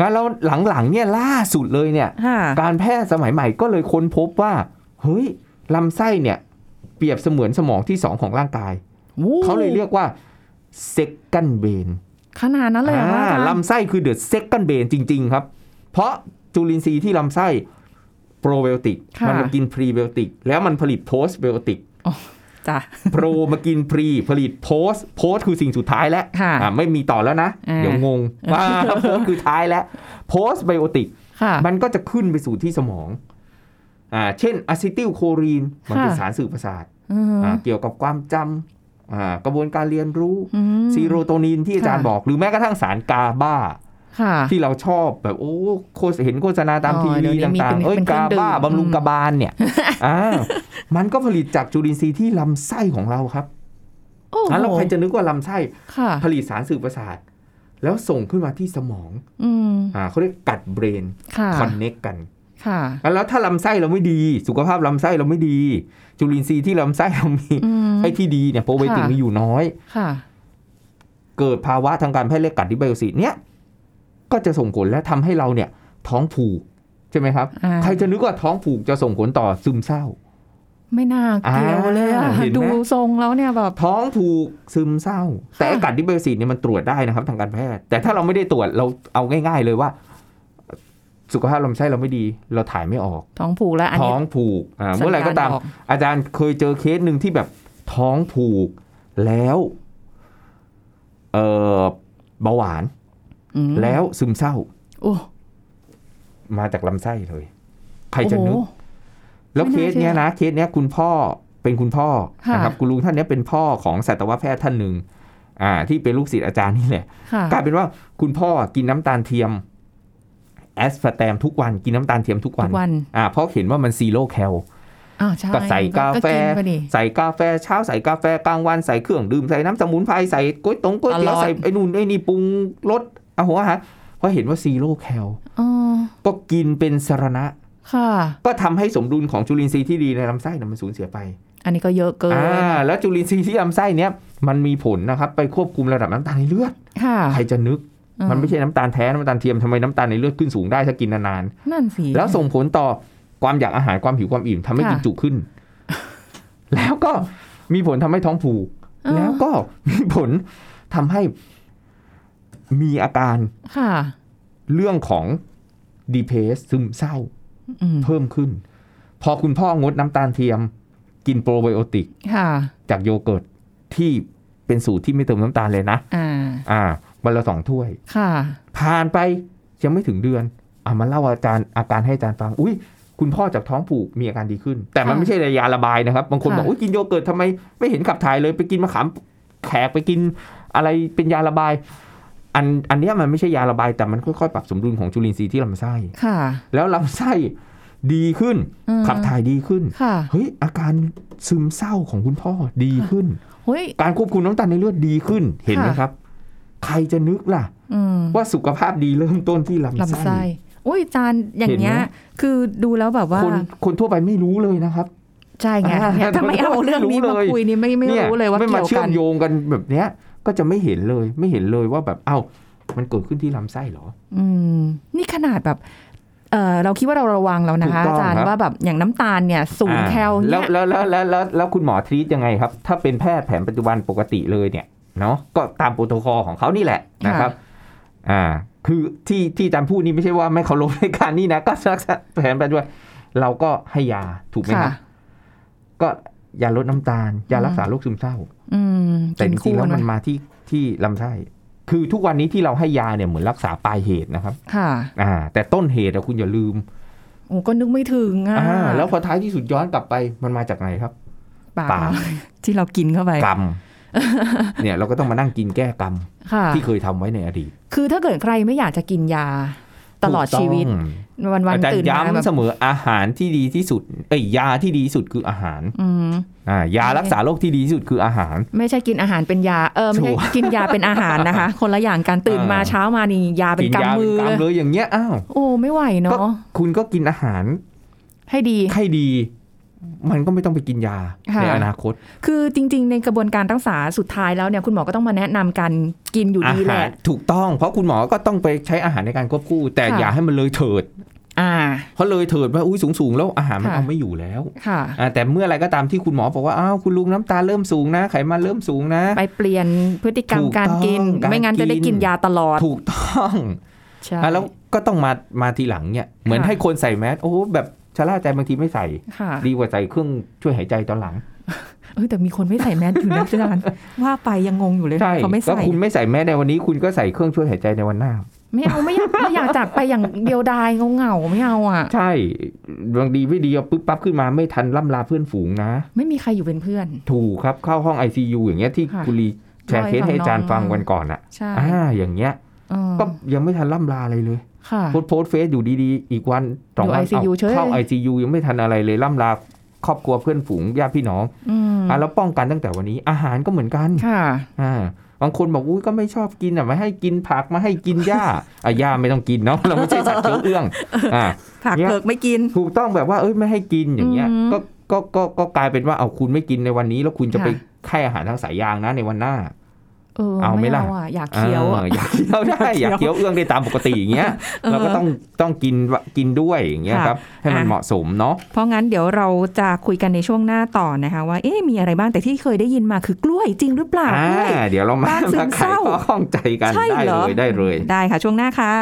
[SPEAKER 3] งั้นแล้วหลังๆเนี่ยล่าสุดเลยเนี่ย
[SPEAKER 4] ค่ะ
[SPEAKER 3] การแพทย์สมัยใหม่ก็เลยค้นพบว่า เฮ้ยลำไส้เนี่ย เปรียบเสมือนสมองที่สองของร่างกาย
[SPEAKER 2] วู้
[SPEAKER 3] เขาเลยเรียกว่า second brain
[SPEAKER 2] ขนาดนั้นเลยเหรอคะอาจาร
[SPEAKER 3] อ่า
[SPEAKER 2] ย์
[SPEAKER 3] ลำไส้คือ the second brain จริง ๆ ครับ เพราะจุลินทรีย์ที่ลำไส้โปรไบโอติก
[SPEAKER 2] ะ
[SPEAKER 3] มัมากินพรีไบโอติก แล้วมันผลิตโพส t ไบโอติก
[SPEAKER 4] จ้ะ
[SPEAKER 3] โปรมากินพรีผลิตโพสโพสคือสิ่งสุดท้ายแล้ว
[SPEAKER 2] ค่ะ
[SPEAKER 3] อ่าไม่มีต่อแล้วนะ
[SPEAKER 2] อ่า
[SPEAKER 3] เดี๋ยวงงว่าโพสคือท้ายแล้วโพสไบโอติก
[SPEAKER 2] ค่ะ
[SPEAKER 3] มันก็จะขึ้นไปสู่ที่สมอง อ่า เช่นอะซิติลโคลีน มันเป็น
[SPEAKER 2] ค่ะ
[SPEAKER 3] สารสื่อประสาท
[SPEAKER 2] อืม
[SPEAKER 3] อ่าเกี่ยวกับความจำอ่ากระบวนการเรียนรู้
[SPEAKER 2] อืม
[SPEAKER 3] ซีโรโทนินที่อาจารย์
[SPEAKER 2] ค่ะ
[SPEAKER 3] บอก หรือแม้กระทั่งสารกาบา
[SPEAKER 2] ค่ะ
[SPEAKER 3] ที่เราชอบแบบ โอ้โฆษเห็นโฆษณาตาม
[SPEAKER 2] อ๋อ
[SPEAKER 3] ที
[SPEAKER 2] เดี๋
[SPEAKER 3] วี
[SPEAKER 2] ยวนี้มี
[SPEAKER 3] ต่าง
[SPEAKER 2] เป็น
[SPEAKER 3] ๆ เอ้ย
[SPEAKER 2] เป็นเครื่
[SPEAKER 3] กา
[SPEAKER 2] องดื่ม
[SPEAKER 3] บาบำรุง
[SPEAKER 2] อืม
[SPEAKER 3] กระบาล
[SPEAKER 2] (laughs)
[SPEAKER 3] เนี่ย อ่ามันก็ผลิตจากจุลินทรีย์ที่ลำไส้ของเราครับ
[SPEAKER 2] โอ้โห
[SPEAKER 3] แล้วใครจะนึกว่าลำไส้
[SPEAKER 2] ค่ะ
[SPEAKER 3] ผลิตสารสื่อประสาท แล้วส่งขึ้นมาที่สมอง
[SPEAKER 2] อืม
[SPEAKER 3] อ่าเขาเรียกกัดเบรน
[SPEAKER 2] ค่ะ
[SPEAKER 3] คอนเน็กกัน
[SPEAKER 2] ค่ะ
[SPEAKER 3] อ่ะแล้วถ้าลำไส้เราไม่ดี สุขภาพลำไส้เราไม่ดี จุลินทรีย์ที่ลำไส้เรามี
[SPEAKER 2] อืม
[SPEAKER 3] ไอ้ที่ดีเนี่ยโปรไบโอติก
[SPEAKER 2] ค่ะ
[SPEAKER 3] มีอยู่น้อย
[SPEAKER 2] ค่ะ
[SPEAKER 3] เกิดภาวะทางการแพทย์เรียกกัดดิไบโอซิสเนี่ยก็จะส่งผลและทำให้เราเนี่ยท้องผูกใช่ไหมครับ
[SPEAKER 2] อ่า
[SPEAKER 3] ใครจะนึกว่าท้องผูกจะส่งผลต่อซึมเศร้า
[SPEAKER 2] ไม่น่าเกี่ยวเลยอะ
[SPEAKER 3] อ่าเห็นไหม
[SPEAKER 2] ดูทรงแล้วเนี่ยแบบ
[SPEAKER 3] ท้องผูกซึมเศร้า แต่ไอ้กัดดิไบโอซิสเนี่ยมันตรวจได้นะครับทางการแพทย์ แต่ถ้าเราไม่ได้ตรวจเราเอาง่าย ๆ เลยว่า สุขภาพลำไส้เราไม่ดี เราถ่ายไม่ออก
[SPEAKER 2] ท้องผูกแล้วอัน
[SPEAKER 3] ท้
[SPEAKER 2] นี้
[SPEAKER 3] องผูกอ่า
[SPEAKER 2] สัญญาณ
[SPEAKER 3] เมื่อไหร่ก็ตาม
[SPEAKER 2] บอก
[SPEAKER 3] อาจารย์เคยเจอเคสหนึ่งที่แบบท้องผูกแล้วเออเบาหวาน
[SPEAKER 2] อืม
[SPEAKER 3] แล้วซึมเศร้า
[SPEAKER 2] โอ้
[SPEAKER 3] มาจากลำไส้เลย ใครจะนึก
[SPEAKER 2] โอ้โห
[SPEAKER 3] แล้วเคสเนี้ยนะเคสเนี้ยคุณพ่อเป็นคุณพ่อ
[SPEAKER 2] ค่ะ
[SPEAKER 3] นะครับคุณลุงท่านเนี้ยเป็นพ่อของสัตวแพทย์ท่านหนึ่งอ่า ที่เป็นลูกศิษย์อาจารย์นี่แหละ
[SPEAKER 2] ค่ะ
[SPEAKER 3] กลายเป็นว่าคุณพ่อกินน้ำตาลเทียมแอสฟาแตมทุกวันกินน้ำตาลเทียมทุกวั
[SPEAKER 2] ทุ
[SPEAKER 3] น
[SPEAKER 2] กวัน
[SPEAKER 3] อ่าเพราะเห็นว่ามันซีโร่แคล
[SPEAKER 2] อ้าวใช่
[SPEAKER 3] ก็ใส่กาแฟ
[SPEAKER 2] นไปดิ
[SPEAKER 3] ใส่กาแฟเช้าใส่กาแฟกลางวันใส่เครื่องดื่มใส่น้ำสมุนไพรใส่ก๋วยตงก๋วยเตี๋ย
[SPEAKER 2] ตล
[SPEAKER 3] ว
[SPEAKER 2] อด
[SPEAKER 3] ใส่ไอ้นู่นไอ้นี่ปรุงรสเอาหัวอาหารเพราะเห็นว่าซีโร่แคล
[SPEAKER 2] อ๋อ
[SPEAKER 3] ก็กินเป็นสารณะ
[SPEAKER 2] ค่ะ
[SPEAKER 3] ก็ทำให้สมดุลของจุลินทรีย์ที่ดีในลำไส้น่ะมันสูญเสียไป
[SPEAKER 2] อันนี้ก็เยอะเกิน
[SPEAKER 3] อ่าแล้วจุลินทรีย์ที่ลำไส้เนี้ยมันมีผลนะครับไปควบคุมระดับน้ำตาลในเลือด
[SPEAKER 2] ค่ะ
[SPEAKER 3] ใครจะนึก
[SPEAKER 2] เออ
[SPEAKER 3] มันไม่ใช่น้ำตาลแท้น้ำตาลเทียมทำไมน้ำตาลในเลือดขึ้นสูงได้ถ้ากินนานๆ
[SPEAKER 2] นั่นสิ
[SPEAKER 3] แล้วส่งผลต่อความอยากอาหารความหิวความอิ่มทำให้
[SPEAKER 2] ค่ะ
[SPEAKER 3] กินจุขึ้น แล้วก็มีผลทำให้ท้องผูก
[SPEAKER 2] อ่า
[SPEAKER 3] แล้วก็มีผลทำให้มีอาการ
[SPEAKER 2] ค่ะ
[SPEAKER 3] เรื่องของดีเพสซึมเศร้า
[SPEAKER 2] อืม
[SPEAKER 3] เพิ่มขึ้น พอคุณพ่องดน้ำตาลเทียม กินโปรไบโอติก
[SPEAKER 2] ค่ะ
[SPEAKER 3] จากโยเกิร์ตที่เป็นสูตรที่ไม่เติมน้ำตาลเลยนะ
[SPEAKER 2] อ่า
[SPEAKER 3] อ่า วันละสองถ้วย
[SPEAKER 2] ค่ะ
[SPEAKER 3] ผ่านไปยังไม่ถึงเดือนอ่ะมาเล่าอาจารย์อาการให้อาจารย์ฟัง อุ้ยคุณพ่อจากท้องผูกมีอาการดีขึ้น แต่มันไม่ใช่ยาระบายนะครับ บางคนบอกอุ้ยกินโยเกิร์ตทำไมไม่เห็นขับถ่ายเลย ไปกินมะขามแขกไปกินอะไรเป็นยาระบาย อันอันเนี้ยมันไม่ใช่ยาระบายแต่มันค่อยๆปรับสมดุลของจุลินทรีย์ที่ลำไส้
[SPEAKER 2] ค่ะ
[SPEAKER 3] แล้วลำไส้ดีขึ้น
[SPEAKER 2] อืม
[SPEAKER 3] ขับถ่ายดีขึ้น
[SPEAKER 2] ค่ะ
[SPEAKER 3] เฮ้ยอาการซึมเศร้าของคุณพ่อดีขึ้น
[SPEAKER 2] เฮ้ย
[SPEAKER 3] การควบคุมน้ำตาลในเลือดดีขึ้นเห็นไหม
[SPEAKER 2] ค่ะ
[SPEAKER 3] ครับ ใครจะนึกล่ะ
[SPEAKER 2] อืม
[SPEAKER 3] ว่าสุขภาพดีเริ่มต้นที่ลำ
[SPEAKER 2] ลำ
[SPEAKER 3] ไส้
[SPEAKER 2] ไส้โอ้ยจานอย่างเงี้ย
[SPEAKER 3] เห็นไห
[SPEAKER 2] คือดูแล้วแบบว่า
[SPEAKER 3] คนคนทั่วไปไม่รู้เลยนะครับ
[SPEAKER 2] ใช่ไง
[SPEAKER 3] อ่า
[SPEAKER 2] เนี่ยถ้าไม่เอาเรื่องนี้มา
[SPEAKER 3] ไม่รู้เลย
[SPEAKER 2] คุยนี่ไม่ไม่รู้เลยว่า
[SPEAKER 3] ไม่
[SPEAKER 2] เกี่
[SPEAKER 3] มา
[SPEAKER 2] ยว
[SPEAKER 3] เชื่
[SPEAKER 2] กั
[SPEAKER 3] อน มโยงกันแบบเนี้ย ก็จะไม่เห็นเลยไม่เห็นเลยว่าแบบเอ้า มันเกิดขึ้นที่ลำไส้เหรอ
[SPEAKER 2] อืม นี่ขนาดแบบ เออเราคิดว่าเราระวังแล้วนะคะ
[SPEAKER 3] ถูกต้
[SPEAKER 2] อา
[SPEAKER 3] อง
[SPEAKER 2] จาร
[SPEAKER 3] ครั
[SPEAKER 2] ย์
[SPEAKER 3] บ
[SPEAKER 2] ว่าแบบอย่างน้ำตาลเนี่ยศูนย์
[SPEAKER 3] อ่า
[SPEAKER 2] แคล
[SPEAKER 3] แล้ว
[SPEAKER 2] เนี่ย
[SPEAKER 3] แล้วแล้วแล้วแล้วแล้วคุณหมอทรีตยังไงครับ ถ้าเป็นแพทย์แผนปัจจุบันปกติเลยเนี่ยเนาะก็ตามโปรโตคอลของเขานี่แหละนะครับ อ่า คือที่ที่อาจารย์พูดนี่ไม่ใช่ว่าไม่เคารพในการนี่นะก็ (laughs) รักษาแผนปัจจุบันเราก็ให้ยาถูกไหมครับ
[SPEAKER 2] ค่ะ
[SPEAKER 3] ก็ยาลดน้ำตาลยารักษาโรคซึมเศร้า
[SPEAKER 2] อืม
[SPEAKER 3] แต่จริงๆแล้วมัน
[SPEAKER 2] ไห
[SPEAKER 3] มาที่ที่ลำไส้ คือทุกวันนี้ที่เราให้ยาเนี่ยเหมือนรักษาปลายเหตุนะครับ
[SPEAKER 2] ค่ะ
[SPEAKER 3] อ่า แต่ต้นเหตุอะคุณอย่าลืม
[SPEAKER 2] โอ้ก็นึกไม่ถึงอ่ะ
[SPEAKER 3] อ่า แล้วพอท้ายที่สุดย้อนกลับไปมันมาจากไหนครับ
[SPEAKER 2] ปาก
[SPEAKER 3] ปาก
[SPEAKER 2] ที่เรากินเข้าไป
[SPEAKER 3] กรร
[SPEAKER 2] (laughs)
[SPEAKER 3] ม เนี่ยเราก็ต้องมานั่งกินแก้กรรม
[SPEAKER 2] ค่ะ
[SPEAKER 3] ที่เคยทำไว้ในอดีต
[SPEAKER 2] คือถ้าเกิดใครไม่อยากจะกินยาตลอดชีวิต
[SPEAKER 3] ถูก
[SPEAKER 2] วัน
[SPEAKER 3] ต้
[SPEAKER 2] วั
[SPEAKER 3] อนงอาจาร
[SPEAKER 2] ตื่น
[SPEAKER 3] ย์
[SPEAKER 2] มาแบบ
[SPEAKER 3] ย้ำเสมออาหารที่ดีที่สุด เอ้ยยาที่ดีที่สุดคืออาหาร
[SPEAKER 2] อืม
[SPEAKER 3] อ่า ยารักษาโรคที่ดีที่สุดคืออาหาร
[SPEAKER 2] ไม่ใช่กินอาหารเป็นยา เออไม่ใช่
[SPEAKER 3] ถูก
[SPEAKER 2] กินยาเป็นอาหาร
[SPEAKER 3] (laughs)
[SPEAKER 2] นะคะ คนละอย่างการตื่นมา
[SPEAKER 3] อ่า
[SPEAKER 2] เช้ามานี่ยาเป็น
[SPEAKER 3] กิยาก
[SPEAKER 2] ำมื
[SPEAKER 3] เป็
[SPEAKER 2] อก
[SPEAKER 3] นรรม
[SPEAKER 2] เล
[SPEAKER 3] เลย ยอย่างเงี้ยอ้าว
[SPEAKER 2] โอ้ไม่ไหว
[SPEAKER 3] ก็
[SPEAKER 2] เนาะ
[SPEAKER 3] คุณก็กินอาหาร
[SPEAKER 2] ให้ดี
[SPEAKER 3] ให้ดี มันก็ไม่ต้องไปกินยา
[SPEAKER 5] ค่ะ
[SPEAKER 3] ในอนาคต
[SPEAKER 5] คือจริง ๆ ในกระบวนการรักษาสุดท้ายแล้วเนี่ยคุณหมอก็ต้องมาแนะนำการกินอยู่ดีแห
[SPEAKER 3] อาหา
[SPEAKER 5] ละ
[SPEAKER 3] รถูกต้องเพราะคุณหมอก็ต้องไปใช้อาหารในการควบคู่ แต่
[SPEAKER 5] ค่ะ
[SPEAKER 3] อย่าให้มันเลยเถิด
[SPEAKER 5] อ่า
[SPEAKER 3] เพราะเลยเถิดว่าอุ้ยสูงสูงๆแล้วอาหารมัน
[SPEAKER 5] ค่ะ
[SPEAKER 3] เอาไม่อยู่แล้ว
[SPEAKER 5] ค่ะ
[SPEAKER 3] อ่าแต่เมื่อไรก็ตามที่คุณหมอบอกว่าอ้าวคุณลุงน้ำตาลเริ่มสูงนะ ไขมันเริ่มสูงนะ
[SPEAKER 5] ไปเปลี่ยนพฤติกรรม
[SPEAKER 3] ถูกต้อง
[SPEAKER 5] การกิน
[SPEAKER 3] การ
[SPEAKER 5] ไม่งั้นจะได้
[SPEAKER 3] กิ
[SPEAKER 5] กิ
[SPEAKER 3] น
[SPEAKER 5] นยาตลอด
[SPEAKER 3] ถูกต้อง
[SPEAKER 5] ใช่
[SPEAKER 3] อ่ะแล้วก็ต้องมามาทีหลังเนี่ยเหมือน
[SPEAKER 5] ค่ะ
[SPEAKER 3] ให้คนใส่แมสโอ้แบบชะล่าใจบางทีไม่ใส่
[SPEAKER 5] ค่ะ
[SPEAKER 3] ดีกว่าใส่เครื่องช่วยหายใจตอนหลัง
[SPEAKER 5] เอ้ยแต่มีคนไม่ใส่แมส
[SPEAKER 2] (laughs)
[SPEAKER 5] อยู่นะอาจารย์
[SPEAKER 2] ว่าไปยังงงอยู่เลยเขาไม่
[SPEAKER 3] ก็
[SPEAKER 2] ใส่
[SPEAKER 3] คุณไม่ใส่แมสในวันนี้คุณก็ใส่เครื่องช่วยหายใจในวันหน้า
[SPEAKER 5] ไม่เอาไม่อยากไม่อยากจากไปอย่างเดียวดายเหงาๆไม่เอาอ่ะ
[SPEAKER 3] ใช่บางดีไม่ดีเอาปุ๊บปั๊บขึ้นมาไม่ทันล่ำลาเพื่อนฝูงนะ
[SPEAKER 5] ไม่มีใครอยู่เป็นเพื่อน
[SPEAKER 3] ถูกครับเข้าห้อง ICU อย่างเงี้ยที่
[SPEAKER 5] ค่ะ
[SPEAKER 3] กุลีแชร์เคสให้อาจารย์ฟัง
[SPEAKER 5] น้อง
[SPEAKER 3] วันก่อนอะ
[SPEAKER 5] ใช่
[SPEAKER 3] อ่าอย่างเงี้ย
[SPEAKER 5] เออ
[SPEAKER 3] ก็ยังไม่ทันล่ำลาอะไรเลย
[SPEAKER 5] ค่ะ
[SPEAKER 3] โพสต์โพสต์เฟซอยู่ดีๆ อีกวันสองวัน
[SPEAKER 5] อยู่ ICU
[SPEAKER 3] เอ้าเข้า ICU ยังไม่ทันอะไรเลยล่ำลาครอบครัวเพื่อนฝูงญาติพี่น้อง
[SPEAKER 5] อืม
[SPEAKER 3] อ่ะแล้วป้องกันตั้งแต่วันนี้อาหารก็เหมือนกัน
[SPEAKER 5] ค่ะ
[SPEAKER 3] อ่าบางคนบอกอุ้ยก็ไม่ชอบกินอ่ะไม่ให้กินผักไมาให้กินหญ้าอ่ะหญ้าไม่ต้องกินเนาะเราไม่ใช่สัตว์เชื้อเอื้องอ่า
[SPEAKER 2] ผัก
[SPEAKER 3] เนี่ย
[SPEAKER 2] เผือกไม่กิน
[SPEAKER 3] ถูกต้องแบบว่าเอ้ยไม่ให้กินอย่างเงี้ย
[SPEAKER 5] อืม
[SPEAKER 3] ก็ก็ก็ก็กลายเป็นว่าเอาคุณไม่กินในวันนี้ แล้วคุณจะ
[SPEAKER 5] ค่ะ
[SPEAKER 3] ไปให้อาหารทางสายยางนะในวันหน้า
[SPEAKER 5] เออ
[SPEAKER 3] เอาไหม
[SPEAKER 5] ไม่
[SPEAKER 3] ล่ะ
[SPEAKER 5] เอาอ่ะอยากเคี้ยว
[SPEAKER 3] อ
[SPEAKER 5] อ่ะ
[SPEAKER 3] ออยากเคี้ยว
[SPEAKER 2] (laughs)
[SPEAKER 3] ได้ อยากเคี้ยวเอื้องได้ตามปกติอย่างเงี้ยเราก็ต้องต้องกินวะกินด้วยอย่างเงี้ย
[SPEAKER 2] ค่ะ
[SPEAKER 3] ครับ ให้มัน
[SPEAKER 2] อ่ะ
[SPEAKER 3] เหมาะสมเนาะ
[SPEAKER 2] เพราะงั้นเดี๋ยวเราจะคุยกันในช่วงหน้าต่อนะคะว่าเอ๊ะมีอะไรบ้างแต่ที่เคยได้ยินมาคือกล้วยจริงหรือเปล่า
[SPEAKER 3] อ่าก
[SPEAKER 2] ล้วย
[SPEAKER 3] เดี๋ยวเรามา
[SPEAKER 2] บ้านซึ
[SPEAKER 3] มาม ไข
[SPEAKER 2] เศร้า
[SPEAKER 3] ข้อข้องใจกัน
[SPEAKER 2] ใช่
[SPEAKER 3] ได้
[SPEAKER 2] เหร
[SPEAKER 3] เล
[SPEAKER 2] อ
[SPEAKER 3] ยได้เลย
[SPEAKER 2] ได้ค่ะช่วงหน้าค่ะ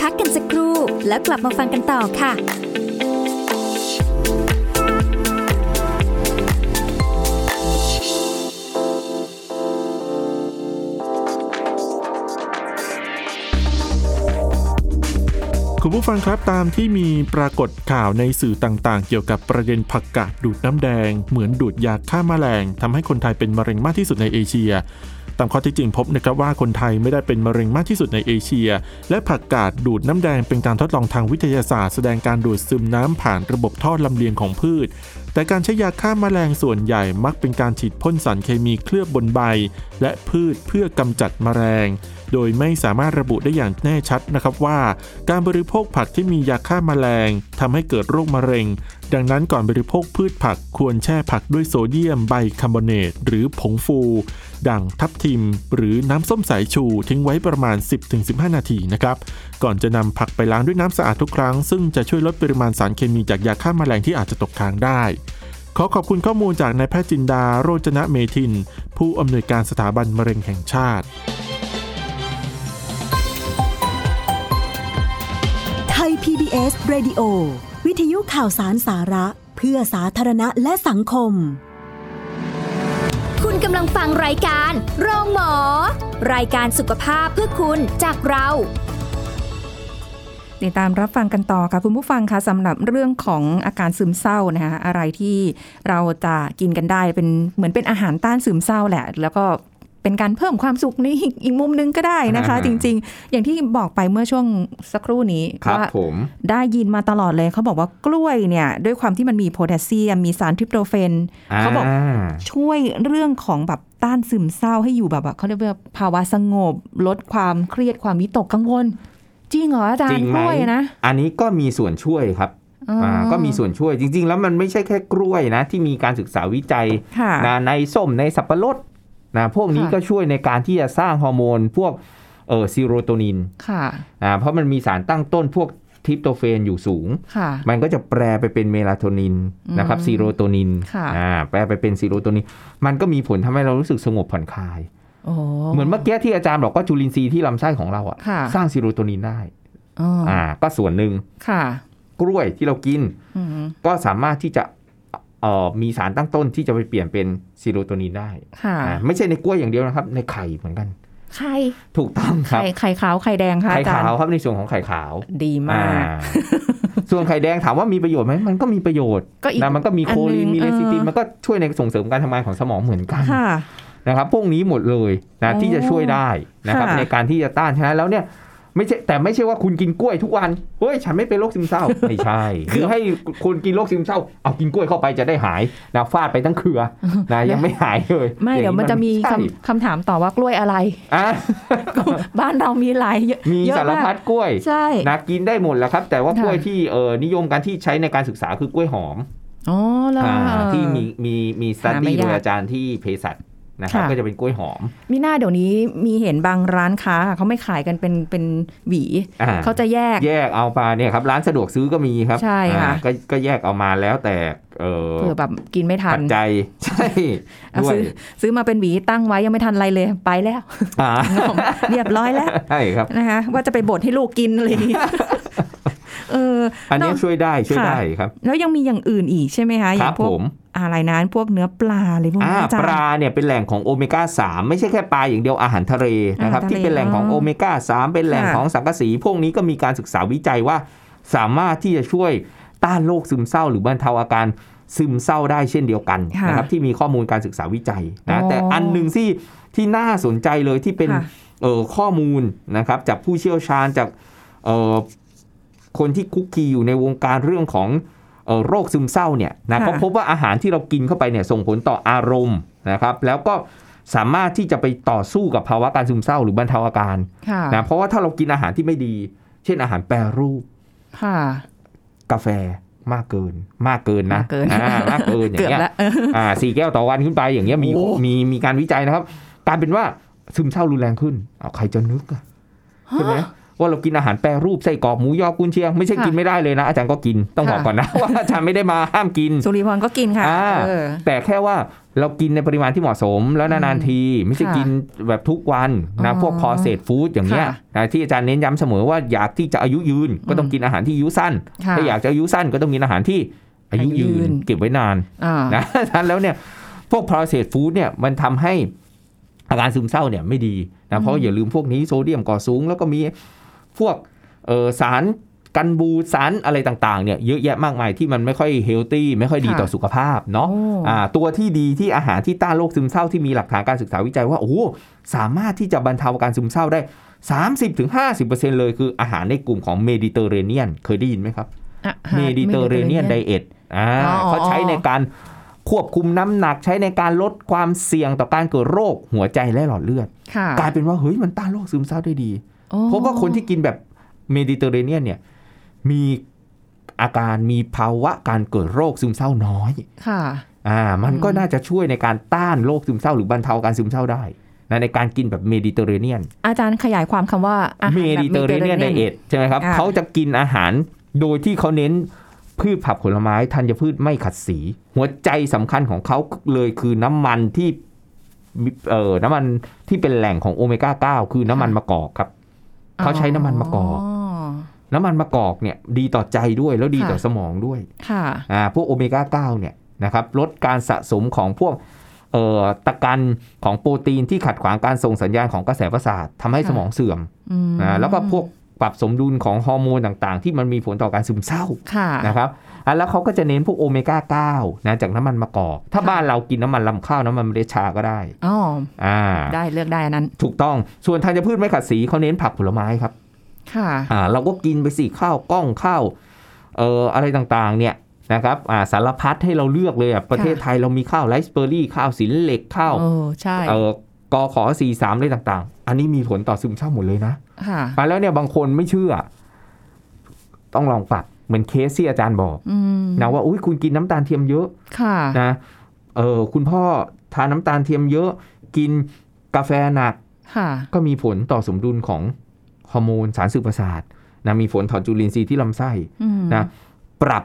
[SPEAKER 1] พักกันสักครู่แล้วกลับมาฟังกันต่อค่ะ
[SPEAKER 6] คุณผู้ฟังครับตามที่มีปรากฏข่าวในสื่อต่างๆ เกี่ยวกับประเด็นผักกาดดูดน้ำแดง เหมือนดูดยาฆ่าแมลงทำให้คนไทยเป็นมะเร็งมากที่สุดในเอเชีย ตามข้อเที่จริงพบนะครับว่าคนไทยไม่ได้เป็นมะเร็งมากที่สุดในเอเชีย และผักกาดดูดน้ำแดงเป็นการทดลองทางวิทยาศาสตร์ แสดงการดูดซึมน้ำผ่านระบบท่อลำเลียงของพืช แต่การใช้ยาฆ่าแมลงส่วนใหญ่มักเป็นการฉีดพ่นสารเคมีเคลือบบนใบ และพืชเพื่อกำจัดแมลง โดยไม่สามารถระบุได้อย่างแน่ชัดนะครับว่า การบริโภคผักที่มียาฆ่าแมลงทำให้เกิดโรคมะเร็ง ดังนั้นก่อนบริโภคพืชผักควรแช่ผักด้วยโซเดียมไบคาร์บอเนต หรือผงฟู ดั่งทับทิม หรือน้ำส้มสายชูทิ้งไว้ประมาณ 10-15 นาทีนะครับ ก่อนจะนำผักไปล้างด้วยน้ำสะอาดทุกครั้ง ซึ่งจะช่วยลดปริมาณสารเคมีจากยาฆ่าแมลงที่อาจจะตกค้างได้ ขอขอบคุณข้อมูลจากนายแพทย์จินดาโรจนะเมทิน ผู้อำนวยการสถาบันมะเร็งแห่งชาติ
[SPEAKER 7] ไทย PBS Radio วิทยุข่าวสารสาระ เพื่อสาธารณะและสังคม
[SPEAKER 1] คุณกำลังฟังรายการ โรงหมอ รายการสุขภาพเพื่อคุณจากเรา
[SPEAKER 2] ติดตามรับฟังกันต่อค่ะคุณผู้ฟังคะสำหรับเรื่องของอาการซึมเศร้านะคะอะไรที่เราจะกินกันได้เป็นเหมือนเป็นอาหารต้านซึมเศร้าแหละ แล้วก็เป็นการเพิ่มความสุขใน (laughs) อีกอีกมุมนึงก็ได้นะคะ
[SPEAKER 3] อ่า
[SPEAKER 2] จริง ๆ อย่างที่บอกไปเมื่อช่วงสักครู่นี้
[SPEAKER 3] ครับ
[SPEAKER 2] ว่า
[SPEAKER 3] ผม
[SPEAKER 2] ได้ยินมาตลอดเลยเขาบอกว่ากล้วยเนี่ย ด้วยความที่มันมีโพแทสเซียม มีสารทริปโตเฟน เขาบอก ช่วยเรื่องของแบบต้านซึมเศร้าให้อยู่แบบว่าเขาเรียกว่าภาวะสงบ ลดความเครียดความวิตกกังวล จริงเหรออาจาร
[SPEAKER 3] จริ
[SPEAKER 2] ย์
[SPEAKER 3] ง
[SPEAKER 2] ก
[SPEAKER 3] ไหม
[SPEAKER 2] ล้วยนะ
[SPEAKER 3] อันนี้ก็มีส่วนช่วยครับ
[SPEAKER 2] อ๋ออ
[SPEAKER 3] อ่าก็มีส่วนช่วยจริง ๆ แล้วมันไม่ใช่แค่กล้วยนะ ที่มีการศึกษาวิจัย
[SPEAKER 2] ค่ะ
[SPEAKER 3] นะในส้มในสับปะรดนะพวกนี้
[SPEAKER 2] ค่ะ
[SPEAKER 3] ก็ช่วยในการที่จะสร้างฮอร์โมน พวกเออซีโรโทนิน
[SPEAKER 2] ค่ะ
[SPEAKER 3] อ่าเพราะมันมีสารตั้งต้นพวกทริปโตเฟนอยู่สูง
[SPEAKER 2] ค่ะ
[SPEAKER 3] มันก็จะแปรไปเป็นเมลาโทนินนะครับซีโรโทนิน
[SPEAKER 2] ค่ะ
[SPEAKER 3] อ่าแปรไปเป็นซีโรโทนิน มันก็มีผลทำให้เรารู้สึกสงบผ่อนคลาย
[SPEAKER 2] โอ้
[SPEAKER 3] เหมือนเมื่อกี้ที่อาจารย์บอกว่าจุลินทรีย์ที่ลำไส้ของเราอะ
[SPEAKER 2] ค่ะ
[SPEAKER 3] สร้างซีโรโทนินได้
[SPEAKER 2] อ๋อ
[SPEAKER 3] อ่าก็ส่วนหนึ่ง
[SPEAKER 2] ค่ะ
[SPEAKER 3] กล้วยที่เรากิน
[SPEAKER 2] อืม
[SPEAKER 3] ก็สามารถที่จะเอ่อมีสารตั้งต้นที่จะไปเปลี่ยนเป็นซีโรโทนินได้
[SPEAKER 2] ค่ะ
[SPEAKER 3] อ่าไม่ใช่ในกล้วยอย่างเดียวนะครับ ในไข่เหมือนกัน
[SPEAKER 2] ไข่
[SPEAKER 3] ถูกต้องครับ
[SPEAKER 2] ไข่ไข่ขาวไข่แดงค่ะ
[SPEAKER 3] ไข่
[SPEAKER 2] อาจา
[SPEAKER 3] ขารว
[SPEAKER 2] ย์
[SPEAKER 3] ครับในส่วนของไข่ขาว
[SPEAKER 2] ดี
[SPEAKER 3] อ่าม
[SPEAKER 2] าก
[SPEAKER 3] ส่วนไข่แดงถามว่ามีประโยชน์ไหมมันก็มีประโยชน์
[SPEAKER 2] ก็อีก
[SPEAKER 3] นะมันก็มี
[SPEAKER 2] อัน
[SPEAKER 3] โค
[SPEAKER 2] หนึ่
[SPEAKER 3] ลี
[SPEAKER 2] ง
[SPEAKER 3] นมีเลซิติน
[SPEAKER 2] เออ
[SPEAKER 3] มันก็ช่วยในส่งเสริมการทำงานของสมองเหมือนกัน
[SPEAKER 2] ค่ะ
[SPEAKER 3] นะครับพวกนี้หมดเลยนะ
[SPEAKER 2] โอ้
[SPEAKER 3] ที่จะช่วยได้นะครับ
[SPEAKER 2] ค่ะ
[SPEAKER 3] ในการที่จะต้านฉะนั้นแล้วเนี่ย ไม่ใช่แต่ไม่ใช่ว่าคุณกินกล้วยทุกวันเฮ้ยฉันไม่เป็นโรคซึมเศร้า ไม่ใช่
[SPEAKER 2] (laughs)
[SPEAKER 3] หรือให้คนกินโรคซึมเศร้า เอากินกล้วยเข้าไปจะได้หายนะฟาดไปตั้งเครือ
[SPEAKER 2] (laughs)
[SPEAKER 3] นะยังไม่หายเลย
[SPEAKER 2] ไม่เดี๋ยวมันจะมี
[SPEAKER 3] ไใช่
[SPEAKER 2] คำคำถามต่อว่ากล้วย
[SPEAKER 3] (laughs)
[SPEAKER 2] อะไร
[SPEAKER 3] อ่ะ
[SPEAKER 2] บ้านเรามีหลายเยอะ
[SPEAKER 3] มี
[SPEAKER 2] เยอะ
[SPEAKER 3] สาร
[SPEAKER 2] ก
[SPEAKER 3] พัดกล้วย
[SPEAKER 2] ใช่
[SPEAKER 3] นะกินได้หมดแหล้วครับ แต่ว่า
[SPEAKER 2] ค่ะ
[SPEAKER 3] กล้วยที่เอ่อนิยมกันที่ใช้ในการศึกษาคือกล้วยหอม
[SPEAKER 2] อ๋อแล้ว
[SPEAKER 3] อ่าที่มีมีมีส
[SPEAKER 2] หาไม่ยาก
[SPEAKER 3] ตี้โดยอาจารย์ที่เภสัชนะครับ
[SPEAKER 2] ค่ะ
[SPEAKER 3] ก็จะเป็นกล้วยหอม
[SPEAKER 2] มีหน้าเดี๋ยวนี้มีเห็นบางร้านค้าเขาไม่ขายกันเป็นเป็นหวี
[SPEAKER 3] อ่า
[SPEAKER 2] เขาจะแยก
[SPEAKER 3] แยกเอาไปเนี่ยครับ ร้านสะดวกซื้อก็มีครับ
[SPEAKER 2] ใช่ค่ะ
[SPEAKER 3] อ่าก็ก็แยกเอามาแล้วแต่เออ
[SPEAKER 2] เผื่อแบบกินไม่ทั
[SPEAKER 3] ปั
[SPEAKER 2] น
[SPEAKER 3] จจัย (laughs) ใช่
[SPEAKER 2] อ่ะ
[SPEAKER 3] ด้วย
[SPEAKER 2] ซื้อซื้อมาเป็นหวีตั้งไว้ยังไม่ทันอะไรเลยไปแล้ว
[SPEAKER 3] (laughs) อ่า
[SPEAKER 2] เรียบร้อยแล้ว
[SPEAKER 3] ใช่ครับ
[SPEAKER 2] นะคะว่าจะไปบดให้ลูกกินอะไรอย่าง
[SPEAKER 3] (laughs)
[SPEAKER 2] งี้ เออ
[SPEAKER 3] อันนี้
[SPEAKER 2] ก
[SPEAKER 3] ช่วยได้ช่วย
[SPEAKER 2] ค่ะ
[SPEAKER 3] ได้ครับ
[SPEAKER 2] แล้วยังมีอย่างอื่นอีกใช่ไหมคะอ
[SPEAKER 3] ค
[SPEAKER 2] ย่า
[SPEAKER 3] รับ
[SPEAKER 2] งพว
[SPEAKER 3] ผ
[SPEAKER 2] ก
[SPEAKER 3] ม
[SPEAKER 2] อะไรนะพวกเนื้อปลาอะไรพวก
[SPEAKER 3] อ่า
[SPEAKER 2] นี้อาจาร
[SPEAKER 3] ป
[SPEAKER 2] ย์
[SPEAKER 3] ลาเนี่ยเป็นแหล่งของโอเมก้า 3 ไม่ใช่แค่ปลาอย่างเดียวอาหารทะเลนะครับ
[SPEAKER 2] อาหารทะเล
[SPEAKER 3] ที่เป็นแหล่งของ
[SPEAKER 2] อ๋อ
[SPEAKER 3] โอเมก้า 3 เป็นแหล่ง
[SPEAKER 2] ค่ะ
[SPEAKER 3] ของสังกะสี พวกนี้ก็มีการศึกษาวิจัยว่า สามารถที่จะช่วยต้านโรคซึมเศร้า หรือบรรเทาอาการซึมเศร้าได้เช่นเดียวกัน
[SPEAKER 2] ค่ะ
[SPEAKER 3] นะครับที่มีข้อมูลการศึกษาวิจัย
[SPEAKER 2] อ๋
[SPEAKER 3] นะ
[SPEAKER 2] อ
[SPEAKER 3] แต่อันหนึ่งที่ที่น่าสนใจเลยที่เป็น
[SPEAKER 2] ค่ะ
[SPEAKER 3] เอ่อข้อมูลนะครับจากผู้เชี่ยวชาญจากเอ่อคนที่คุกคีอยู่ในวงการเรื่องของ เอ่อโรคซึมเศร้าเนี่ยนะ
[SPEAKER 2] ค่ะ
[SPEAKER 3] ก็พบว่าอาหารที่เรากินเข้าไปเนี่ยส่งผลต่ออารมณ์นะครับ แล้วก็สามารถที่จะไปต่อสู้กับภาวะการซึมเศร้าหรือบรรเทาอาการ
[SPEAKER 2] ค่ะ
[SPEAKER 3] นะเพราะว่าถ้าเรากินอาหารที่ไม่ดี เช่นอาหารแปรรูป
[SPEAKER 2] ค่ะ
[SPEAKER 3] กาแฟมากเกิน มากเกิน
[SPEAKER 2] มา
[SPEAKER 3] นะ
[SPEAKER 2] กเกิน
[SPEAKER 3] อ่ามากเกินอย่า
[SPEAKER 2] เกือง บ
[SPEAKER 3] เงี้ย
[SPEAKER 2] ละเออ
[SPEAKER 3] อ่าสี่แก้วต่อวันขึ้นไปอย่างเงี้ยมี
[SPEAKER 2] โอ้
[SPEAKER 3] มีมีการวิจัยนะครับกลายเป็นว่าซึมเศร้ารุนแรงขึ้นเอาใครจะนึกอะใช่ไหมว่าเรากินอาหารแปรรูปไส้กรอกหมูยอกุนเชียงไม่ใช่กินไม่ได้เลยนะอาจารย์ก็กินต้องบอกก่อนนะว่าอาจารย์ไม่ได้มาห้ามกิน
[SPEAKER 2] สุริพรก็กินค่ะ
[SPEAKER 3] อ่า
[SPEAKER 2] เออ
[SPEAKER 3] แต่แค่ว่าเรากินในปริมาณที่เหมาะสมแล้วนานๆที ไม่ใช่
[SPEAKER 2] ค่ะ
[SPEAKER 3] กินแบบทุกวันนะ
[SPEAKER 2] อ๋อ
[SPEAKER 3] พวกพอเศษฟู้ดอย่างเงี้ย
[SPEAKER 2] ค่ะ
[SPEAKER 3] นะที่อาจารย์เน้นย้ำเสมอว่าอยากที่จะอายุยืนก็ต้องกินอาหารที่อายุสั้น
[SPEAKER 2] ค่ะ
[SPEAKER 3] ถ้าอยากจะอายุสั้นก็ต้องกินอาหารที่อายุยื
[SPEAKER 2] อายุยื
[SPEAKER 3] น
[SPEAKER 2] น
[SPEAKER 3] เก็บไว้นาน
[SPEAKER 2] อ่า
[SPEAKER 3] นะ (laughs) ทันแล้วเนี่ยพวก processed food เนี่ยมันทำให้อาการซึมเศร้าเนี่ยไม่ดีนะเพราะอย่าลืมพวกนี้โซเดียมก่อสูง แล้วก็มีพวกเอ่อสารกันบูดสารอะไรต่างๆเนี่ยเยอะแยะมากมายที่มันไม่ค่อยเฮลตี้ไม่ค่อยดี
[SPEAKER 2] ค่ะ
[SPEAKER 3] ต่อสุขภาพเนาะ
[SPEAKER 2] โอ้
[SPEAKER 3] อ่าตัวที่ดีที่อาหารที่ต้านโรคซึมเศร้าที่มีหลักฐานการศึกษาวิจัยว่าโอ้โหสามารถที่จะบรรเทาอาการซึมเศร้าได้ 30-50%เลยคืออาหารในกลุ่มของเมดิเตอร์เรเนียนเคยได้ยินไหมครับ
[SPEAKER 2] อ่ะหา
[SPEAKER 3] เมดิเตอร์เรเนียนไดเอทอ่า
[SPEAKER 2] อ๋อ
[SPEAKER 3] เขาใช้ในการควบคุมน้ำหนักใช้ในการลดความเสี่ยงต่อการเกิดโรคหัวใจและหลอดเลือด
[SPEAKER 2] ค่ะ
[SPEAKER 3] กลายเป็นว่าเฮ้ยมันต้านโรคซึมเศร้าได้ดี
[SPEAKER 2] โอ้
[SPEAKER 3] พบว่าคนที่กินแบบเมดิเตอร์เรเนียนเนี่ยมีอาการมีภาวะการเกิดโรคซึมเศร้าน้อย
[SPEAKER 2] ค่ะ
[SPEAKER 3] อ่ามันก็น่าจะช่วยในการต้านโรคซึมเศร้าหรือบรรเทาการซึมเศร้าได้นะในการกินแบบเมดิเตอร์เรเนียน
[SPEAKER 2] อาจารย์ขยายความคำว่าอาหา
[SPEAKER 3] เม
[SPEAKER 2] แบบ
[SPEAKER 3] ดิเตอร์เรเนียนไดเอทใช่ไหมครับ
[SPEAKER 2] อ่า
[SPEAKER 3] เขาจะกินอาหารโดยที่เขาเน้นพืชผักผลไม้ธัญพืชไม่ขัดสี หัวใจสำคัญของเขาเลยคือน้ำมันที่มีเอ่อน้ำมันที่เป็นแหล่งของโอเมก้า 9 คือน้ำมันมะกอกครับ เขาใช้น้ำมันมะกอก น้ำมันมะกอกเนี่ยดีต่อใจด้วยแล้วดีต่อสมองด้วย
[SPEAKER 2] ค่ะ
[SPEAKER 3] อ่าพวกโอเมก้า 9 เนี่ยนะครับลดการสะสมของพวกเอ่อตะกันของโปรตีนที่ขัดขวางการส่งสัญญาณของกระแสประสาททำให้
[SPEAKER 2] ค่ะ
[SPEAKER 3] สมองเสื่อม
[SPEAKER 2] อืม
[SPEAKER 3] นะแล้วก็พวกปรับสมดุลของฮอร์โมนต่างๆ ที่มันมีผลต่อการซึมเศร้า
[SPEAKER 2] ค่ะ
[SPEAKER 3] นะครับอ่ะแล้วเขาก็จะเน้นพวกโอเมก้า 9 นะจากน้ำมันมะกอก ถ้า
[SPEAKER 2] ค่ะ
[SPEAKER 3] บ้านเรากินน้ำมันลำข้าวน้ำมันเมล็ดชาก็ได้
[SPEAKER 2] อ๋อ
[SPEAKER 3] อ่า
[SPEAKER 2] ได้เลือกได้อันนั้น
[SPEAKER 3] ถูกต้องส่วนธัญพืชไม่ขัดสีเขาเน้นผักผลไม้ครับ
[SPEAKER 2] ค่ะ
[SPEAKER 3] อ่าเราก็กินไปสิข้าวกล้องข้าวเอ่ออะไรต่างๆเนี่ยนะครับอ่าสารพัดให้เราเลือกเลยอ่ะประเทศไทยเรามีข้าวไรซ์เบอร์รี่ข้าวสินเหล็กข้าว
[SPEAKER 2] เออ ใช่
[SPEAKER 3] เอ่อกอขอสี่สามอะไรต่างๆ อันนี้มีผลต่อซึมเศร้าหมดเลยนะ
[SPEAKER 2] ค่ะ
[SPEAKER 3] มาแล้วเนี่ยบางคนไม่เชื่อ ต้องลองปรับเหมือนเคสที่อาจารย์บอก
[SPEAKER 2] อืม
[SPEAKER 3] นะว่าอุ้ยคุณกินน้ำตาลเทียมเยอะ
[SPEAKER 2] ค่ะ
[SPEAKER 3] นะเออคุณพ่อทานน้ำตาลเทียมเยอะ กินกาแฟหนัก
[SPEAKER 2] ค่ะ
[SPEAKER 3] ก็มีผลต่อสมดุลของฮอร์โมนสารสื่อประสาทนะมีผลต่อจุลินทรีย์ที่ลำไส้
[SPEAKER 2] อืม
[SPEAKER 3] นะปรับ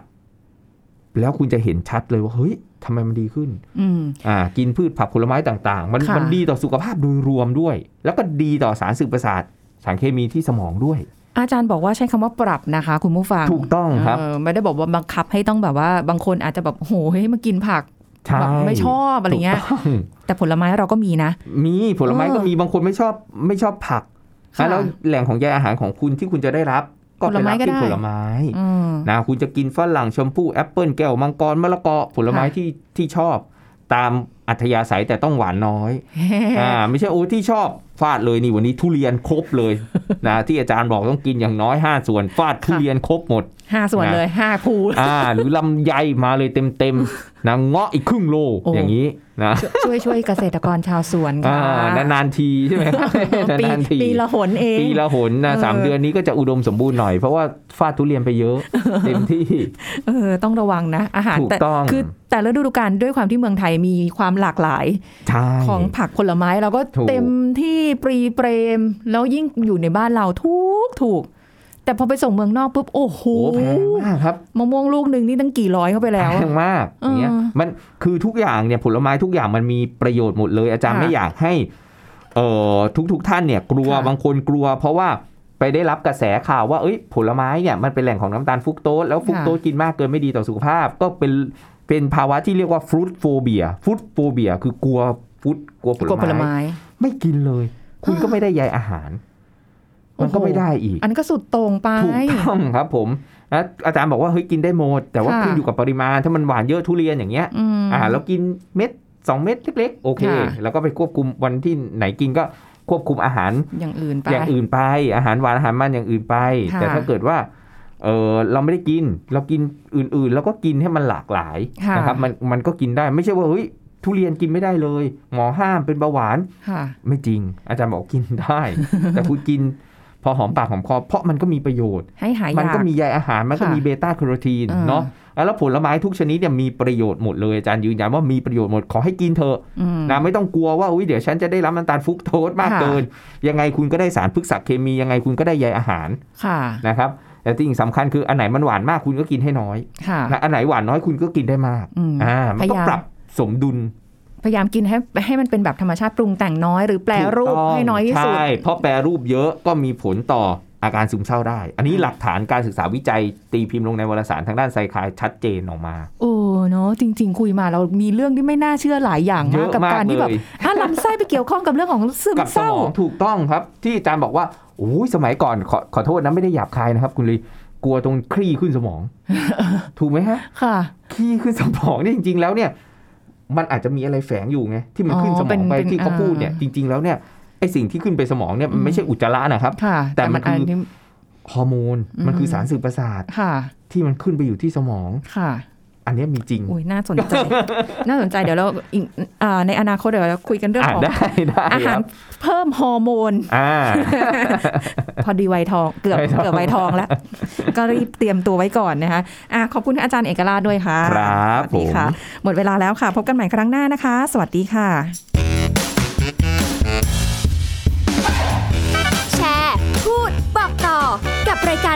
[SPEAKER 3] แล้วคุณจะเห็นชัดเลยว่าเฮ้ยทำไมมันดีขึ้น
[SPEAKER 2] อืม
[SPEAKER 3] อ่ากินพืชผักผลไม้ต่างๆ มัน
[SPEAKER 2] ค่ะ
[SPEAKER 3] มันดีต่อสุขภาพโดยรวมด้วย แล้วก็ดีต่อสารสื่อประสาท สารเคมีที่สมองด้วย
[SPEAKER 2] อาจารย์บอกว่าใช้คำว่าปรับนะคะ คุณผู้ฟัง
[SPEAKER 3] ถูกต้องครับ
[SPEAKER 2] เออไม่ได้บอกว่าบังคับให้ต้องแบบว่าบางคนอาจจะแบบโหเฮ้ยมากินผัก
[SPEAKER 3] ใช่
[SPEAKER 2] แบบไม่ชอบอะไรเงี้ย
[SPEAKER 3] ถูกต้อง
[SPEAKER 2] แต่ผลไม้เราก็มีนะ
[SPEAKER 3] มีผลไม้
[SPEAKER 2] เออ
[SPEAKER 3] ก็มีบางคนไม่ชอบไม่ชอบผัก
[SPEAKER 2] ค่ะ
[SPEAKER 3] แล้วแหล่งของใยอาหารของคุณที่คุณจะได้รับ ก็ไปรับที่
[SPEAKER 2] ผ
[SPEAKER 3] ผ
[SPEAKER 2] ล
[SPEAKER 3] ล
[SPEAKER 2] ไม้ก็ได้
[SPEAKER 3] ไม้
[SPEAKER 2] อืม
[SPEAKER 3] นะคุณจะกินฝรั่งชมพู่แอปเปิลแก้วมังกรมะละกอผลไม้
[SPEAKER 2] ค่ะ
[SPEAKER 3] ที่ที่ชอบ ตาม อัธยาศัยแต่ต้องหวานน้อย อ่าไม่ใช่โอ้ที่ชอบฟาดเลยนี่วันนี้ทุเรียนครบเลย
[SPEAKER 2] (laughs)
[SPEAKER 3] นะที่อาจารย์บอกต้องกินอย่างน้อย 5 ส่วน ฟาดทุเรียนครบหมด
[SPEAKER 2] ห้าส่วน
[SPEAKER 3] นะ
[SPEAKER 2] เลยห้าภู
[SPEAKER 3] อ่า หรือลำไยมาเลยเต็มๆนะเงาะอีกครึ่งโล
[SPEAKER 2] โอ้
[SPEAKER 3] อย่างนี้นะ
[SPEAKER 2] ช่วยช่วยเกษตรกรชาวสวน
[SPEAKER 3] อ่
[SPEAKER 2] ค่ะ
[SPEAKER 3] านานๆทีใช่ไหมครับ
[SPEAKER 2] (laughs) ปี
[SPEAKER 3] นานๆที
[SPEAKER 2] ปีละหนเอง
[SPEAKER 3] ปีละหนนะสาม
[SPEAKER 2] เออ
[SPEAKER 3] เดือนนี้ก็จะอุดมสมบูรณ์หน่อย เพราะว่าฟาดทุเรียนไปเยอะ เต็มที่
[SPEAKER 2] เออต้องระวังนะ อาหาร
[SPEAKER 3] ถูก
[SPEAKER 2] แต่
[SPEAKER 3] ต้อง
[SPEAKER 2] คือแต่ละฤดูกาลด้วยความที่เมืองไทยมีความหลากหลาย
[SPEAKER 3] ใช่
[SPEAKER 2] ของผักผลไม้เราก็
[SPEAKER 3] ถูก
[SPEAKER 2] เต็มที่ปรีเปรม แล้วยิ่งอยู่ในบ้านเราทุกถูก แต่พอไปส่งเมืองนอกปุ๊บ โอ้โห
[SPEAKER 3] โอ้แพงมากครับ
[SPEAKER 2] มะม่วงลูกหนึ่งนี่ตั้งกี่ร้อยเข้าไปแล้ว
[SPEAKER 3] แพงมากอย่างเงี้ย
[SPEAKER 2] เออ
[SPEAKER 3] มันคือทุกอย่างเนี่ยผลไม้ทุกอย่างมันมีประโยชน์หมดเลย อาจารย์
[SPEAKER 2] ค่ะ
[SPEAKER 3] ไม่อยากให้เอ่อทุกๆท่านเนี่ยกลัว
[SPEAKER 2] ค่ะ
[SPEAKER 3] บางคนกลัว เพราะว่าไปได้รับกระแสข่าวว่าเอ้ย ผลไม้เนี่ยมันเป็นแหล่งของน้ำตาลฟรุกโตสแล้วฟรุกโตสกินมากเกินไม่ดีต่อสุขภาพ ก็เป็นเป็นภาวะที่เรียกว่าฟรุตโฟเบียฟรุตโฟเบียคือกลัวฟรุตกลัวผล
[SPEAKER 2] กลัวผล
[SPEAKER 3] ไม้
[SPEAKER 2] ไม้
[SPEAKER 3] ไม่กินเลย คุณก็ไม่ได้ใยอาหาร มันก็ไม่ได้อีก
[SPEAKER 2] อันนนก็สุดโต่งไป
[SPEAKER 3] ถูกต้องครับผมนะอาจารย์บอกว่าเฮ้ยกินได้หมด แต่ว่า
[SPEAKER 2] ค่ะ
[SPEAKER 3] ขึ้นอยู่กับปริมาณถ้ามันหวานเยอะทุเรียนอย่างเงี้ย
[SPEAKER 2] อืม
[SPEAKER 3] อ่าแล้วกินเม็ดสองเม็ดเล็กๆ โอเค
[SPEAKER 2] ค่ะ
[SPEAKER 3] แล้วก็ไปควบคุมวันที่ไหนกินก็ควบคุมอาหาร
[SPEAKER 2] อย่างอื่นไป
[SPEAKER 3] อย่างอื่นไป อาหารหวานอาหารมันอย่างอื่นไป
[SPEAKER 2] ค่ะ
[SPEAKER 3] แต่ถ้าเกิดว่าเออเราไม่ได้กิน เรากินอื่นๆ แล้วก็กินให้มันหลากหลายนะครับมันมันก็กินได้ไม่ใช่ว่าเฮ้ยทุเรียนกินไม่ได้เลย หมอห้ามเป็นเบาหวาน
[SPEAKER 2] ค่ะ
[SPEAKER 3] ไม่จริง อาจารย์บอกกินได้
[SPEAKER 2] (laughs)
[SPEAKER 3] แต่คุณกินพอหอมปากหอมคอเพราะมันก็มีประโยชน์
[SPEAKER 2] ให้หาย
[SPEAKER 3] มัน
[SPEAKER 2] อยา
[SPEAKER 3] ก็
[SPEAKER 2] ก
[SPEAKER 3] มีใยอาหาร มันก็
[SPEAKER 2] ค่ะ
[SPEAKER 3] มีเบต้าแคโรทีน
[SPEAKER 2] อ่า
[SPEAKER 3] เนาะแล้วผลไม้ทุกชนิดเนี่ยมีประโยชน์หมดเลย อาจารย์ยืนยันว่ามีประโยชน์หมดขอให้กินเถอะ
[SPEAKER 2] อืม
[SPEAKER 3] นะไม่ต้องกลัวว่าอุ้ยเดี๋ยวฉันจะได้รับน้ำตาลฟรุกโตสมาก
[SPEAKER 2] ค่ะ
[SPEAKER 3] เกิน ยังไงคุณก็ได้สารพฤกษเคมียังไงคุณก็ได้ใยอาหาร
[SPEAKER 2] ค่ะ
[SPEAKER 3] นะครับแต่ที่สำคัญคืออันไหนมันหวานมากคุณก็กินให้น้อย
[SPEAKER 2] ค่ะ
[SPEAKER 3] นะอันไหนหวานน้อยคุณก็กินได้มาก
[SPEAKER 2] อืม
[SPEAKER 3] อ่ามัน
[SPEAKER 2] พยายาม
[SPEAKER 3] ก็ปรับสมดุล
[SPEAKER 2] พยายามกินให้ให้มันเป็นแบบธรรมชาติปรุงแต่งน้อยหรือแปลรู
[SPEAKER 3] ถู
[SPEAKER 2] ป
[SPEAKER 3] กต้ง
[SPEAKER 2] ให้น้อยที่สุด
[SPEAKER 3] ใช่เพราะแปรรูปเยอะก็มีผลต่ออาการซึมเศร้าได้ อันนี้หลักฐานการศึกษาวิจัยตีพิมพ์ลงในวารสารทางด้านไซคายชัดเจนออกมา
[SPEAKER 2] โอ้เนาะจริง ๆ คุยมาเรามีเรื่องที่ไม่น่าเชื่อหลายอย่าง
[SPEAKER 3] เย
[SPEAKER 2] มาก
[SPEAKER 3] อะ
[SPEAKER 2] กับ
[SPEAKER 3] มาก
[SPEAKER 2] การที่แบบ
[SPEAKER 3] เลย
[SPEAKER 2] อ่ะลำไส้ไปเกี่ยวข้องกับเรื่องของซึม
[SPEAKER 3] กับส
[SPEAKER 2] เศร้า
[SPEAKER 3] มองถูกต้องครับ ที่อาจารย์บอกว่าโอ้ยสมัยก่อนขอขอโทษนะไม่ได้หยาบคายนะครับ คุณลีกลัวตรงคลี่ขึ้นส
[SPEAKER 2] (laughs)
[SPEAKER 3] มอง ถูกไหมฮะ
[SPEAKER 2] ค่ะ
[SPEAKER 3] คลี่ขึ้นสมองเนี่ยจริง ๆ แล้วเนี่ย มันอาจจะมีอะไรแฝงอยู่ไงที่มัน
[SPEAKER 2] อ๋อ
[SPEAKER 3] ขึ้นสม
[SPEAKER 2] เป็
[SPEAKER 3] อน งไป
[SPEAKER 2] เป็น
[SPEAKER 3] ที่เขา
[SPEAKER 2] อ่า
[SPEAKER 3] พูดเนี่ย จริง ๆ แล้วเนี่ยไอสิ่งที่ขึ้นไปสมองเนี่ยมันไม่ใช่อุจจาระนะครับ
[SPEAKER 2] ค่ะ
[SPEAKER 3] แต่
[SPEAKER 2] แต่มัน
[SPEAKER 3] มั
[SPEAKER 2] อั
[SPEAKER 3] น
[SPEAKER 2] น
[SPEAKER 3] คืออั
[SPEAKER 2] นี้
[SPEAKER 3] ฮอร์โมนมันคือสารสื่อประสาท
[SPEAKER 2] ค่ะ
[SPEAKER 3] ที่มันขึ้นไปอยู่ที่สมอง
[SPEAKER 2] ค่ะ
[SPEAKER 3] อันเนี้ยมีจริง
[SPEAKER 2] อุ้ยน่าสนใจ (laughs) น่าสนใจเดี๋ยวเราอีกอ่าในอนาคตเดี๋ยวเราคุยกันเรื่อง
[SPEAKER 3] อ่ะ
[SPEAKER 2] ของ
[SPEAKER 3] ได้ (laughs) ได้
[SPEAKER 2] อา
[SPEAKER 3] ค
[SPEAKER 2] หาร
[SPEAKER 3] รับ
[SPEAKER 2] เพิ่มฮอร์โมน
[SPEAKER 3] อ่า
[SPEAKER 2] พอดีไวยทองเกือบ
[SPEAKER 3] วัยทอง
[SPEAKER 2] เกือบไวยทอง
[SPEAKER 3] (laughs)
[SPEAKER 2] แล้ว ก็รีบเตรียมตัวไว้ก่อนนะคะอ่ะขอบคุณอาจารย์เอกราชด้วยค่ะ
[SPEAKER 3] ครับ
[SPEAKER 2] สวัสดีค่ะ
[SPEAKER 3] ผม
[SPEAKER 2] หมดเวลาแล้วค่ะ พบกันใหม่ครั้งหน้านะคะ สวัสดีค่ะ
[SPEAKER 1] แชร์ พูด บอกต่อ กับรายการ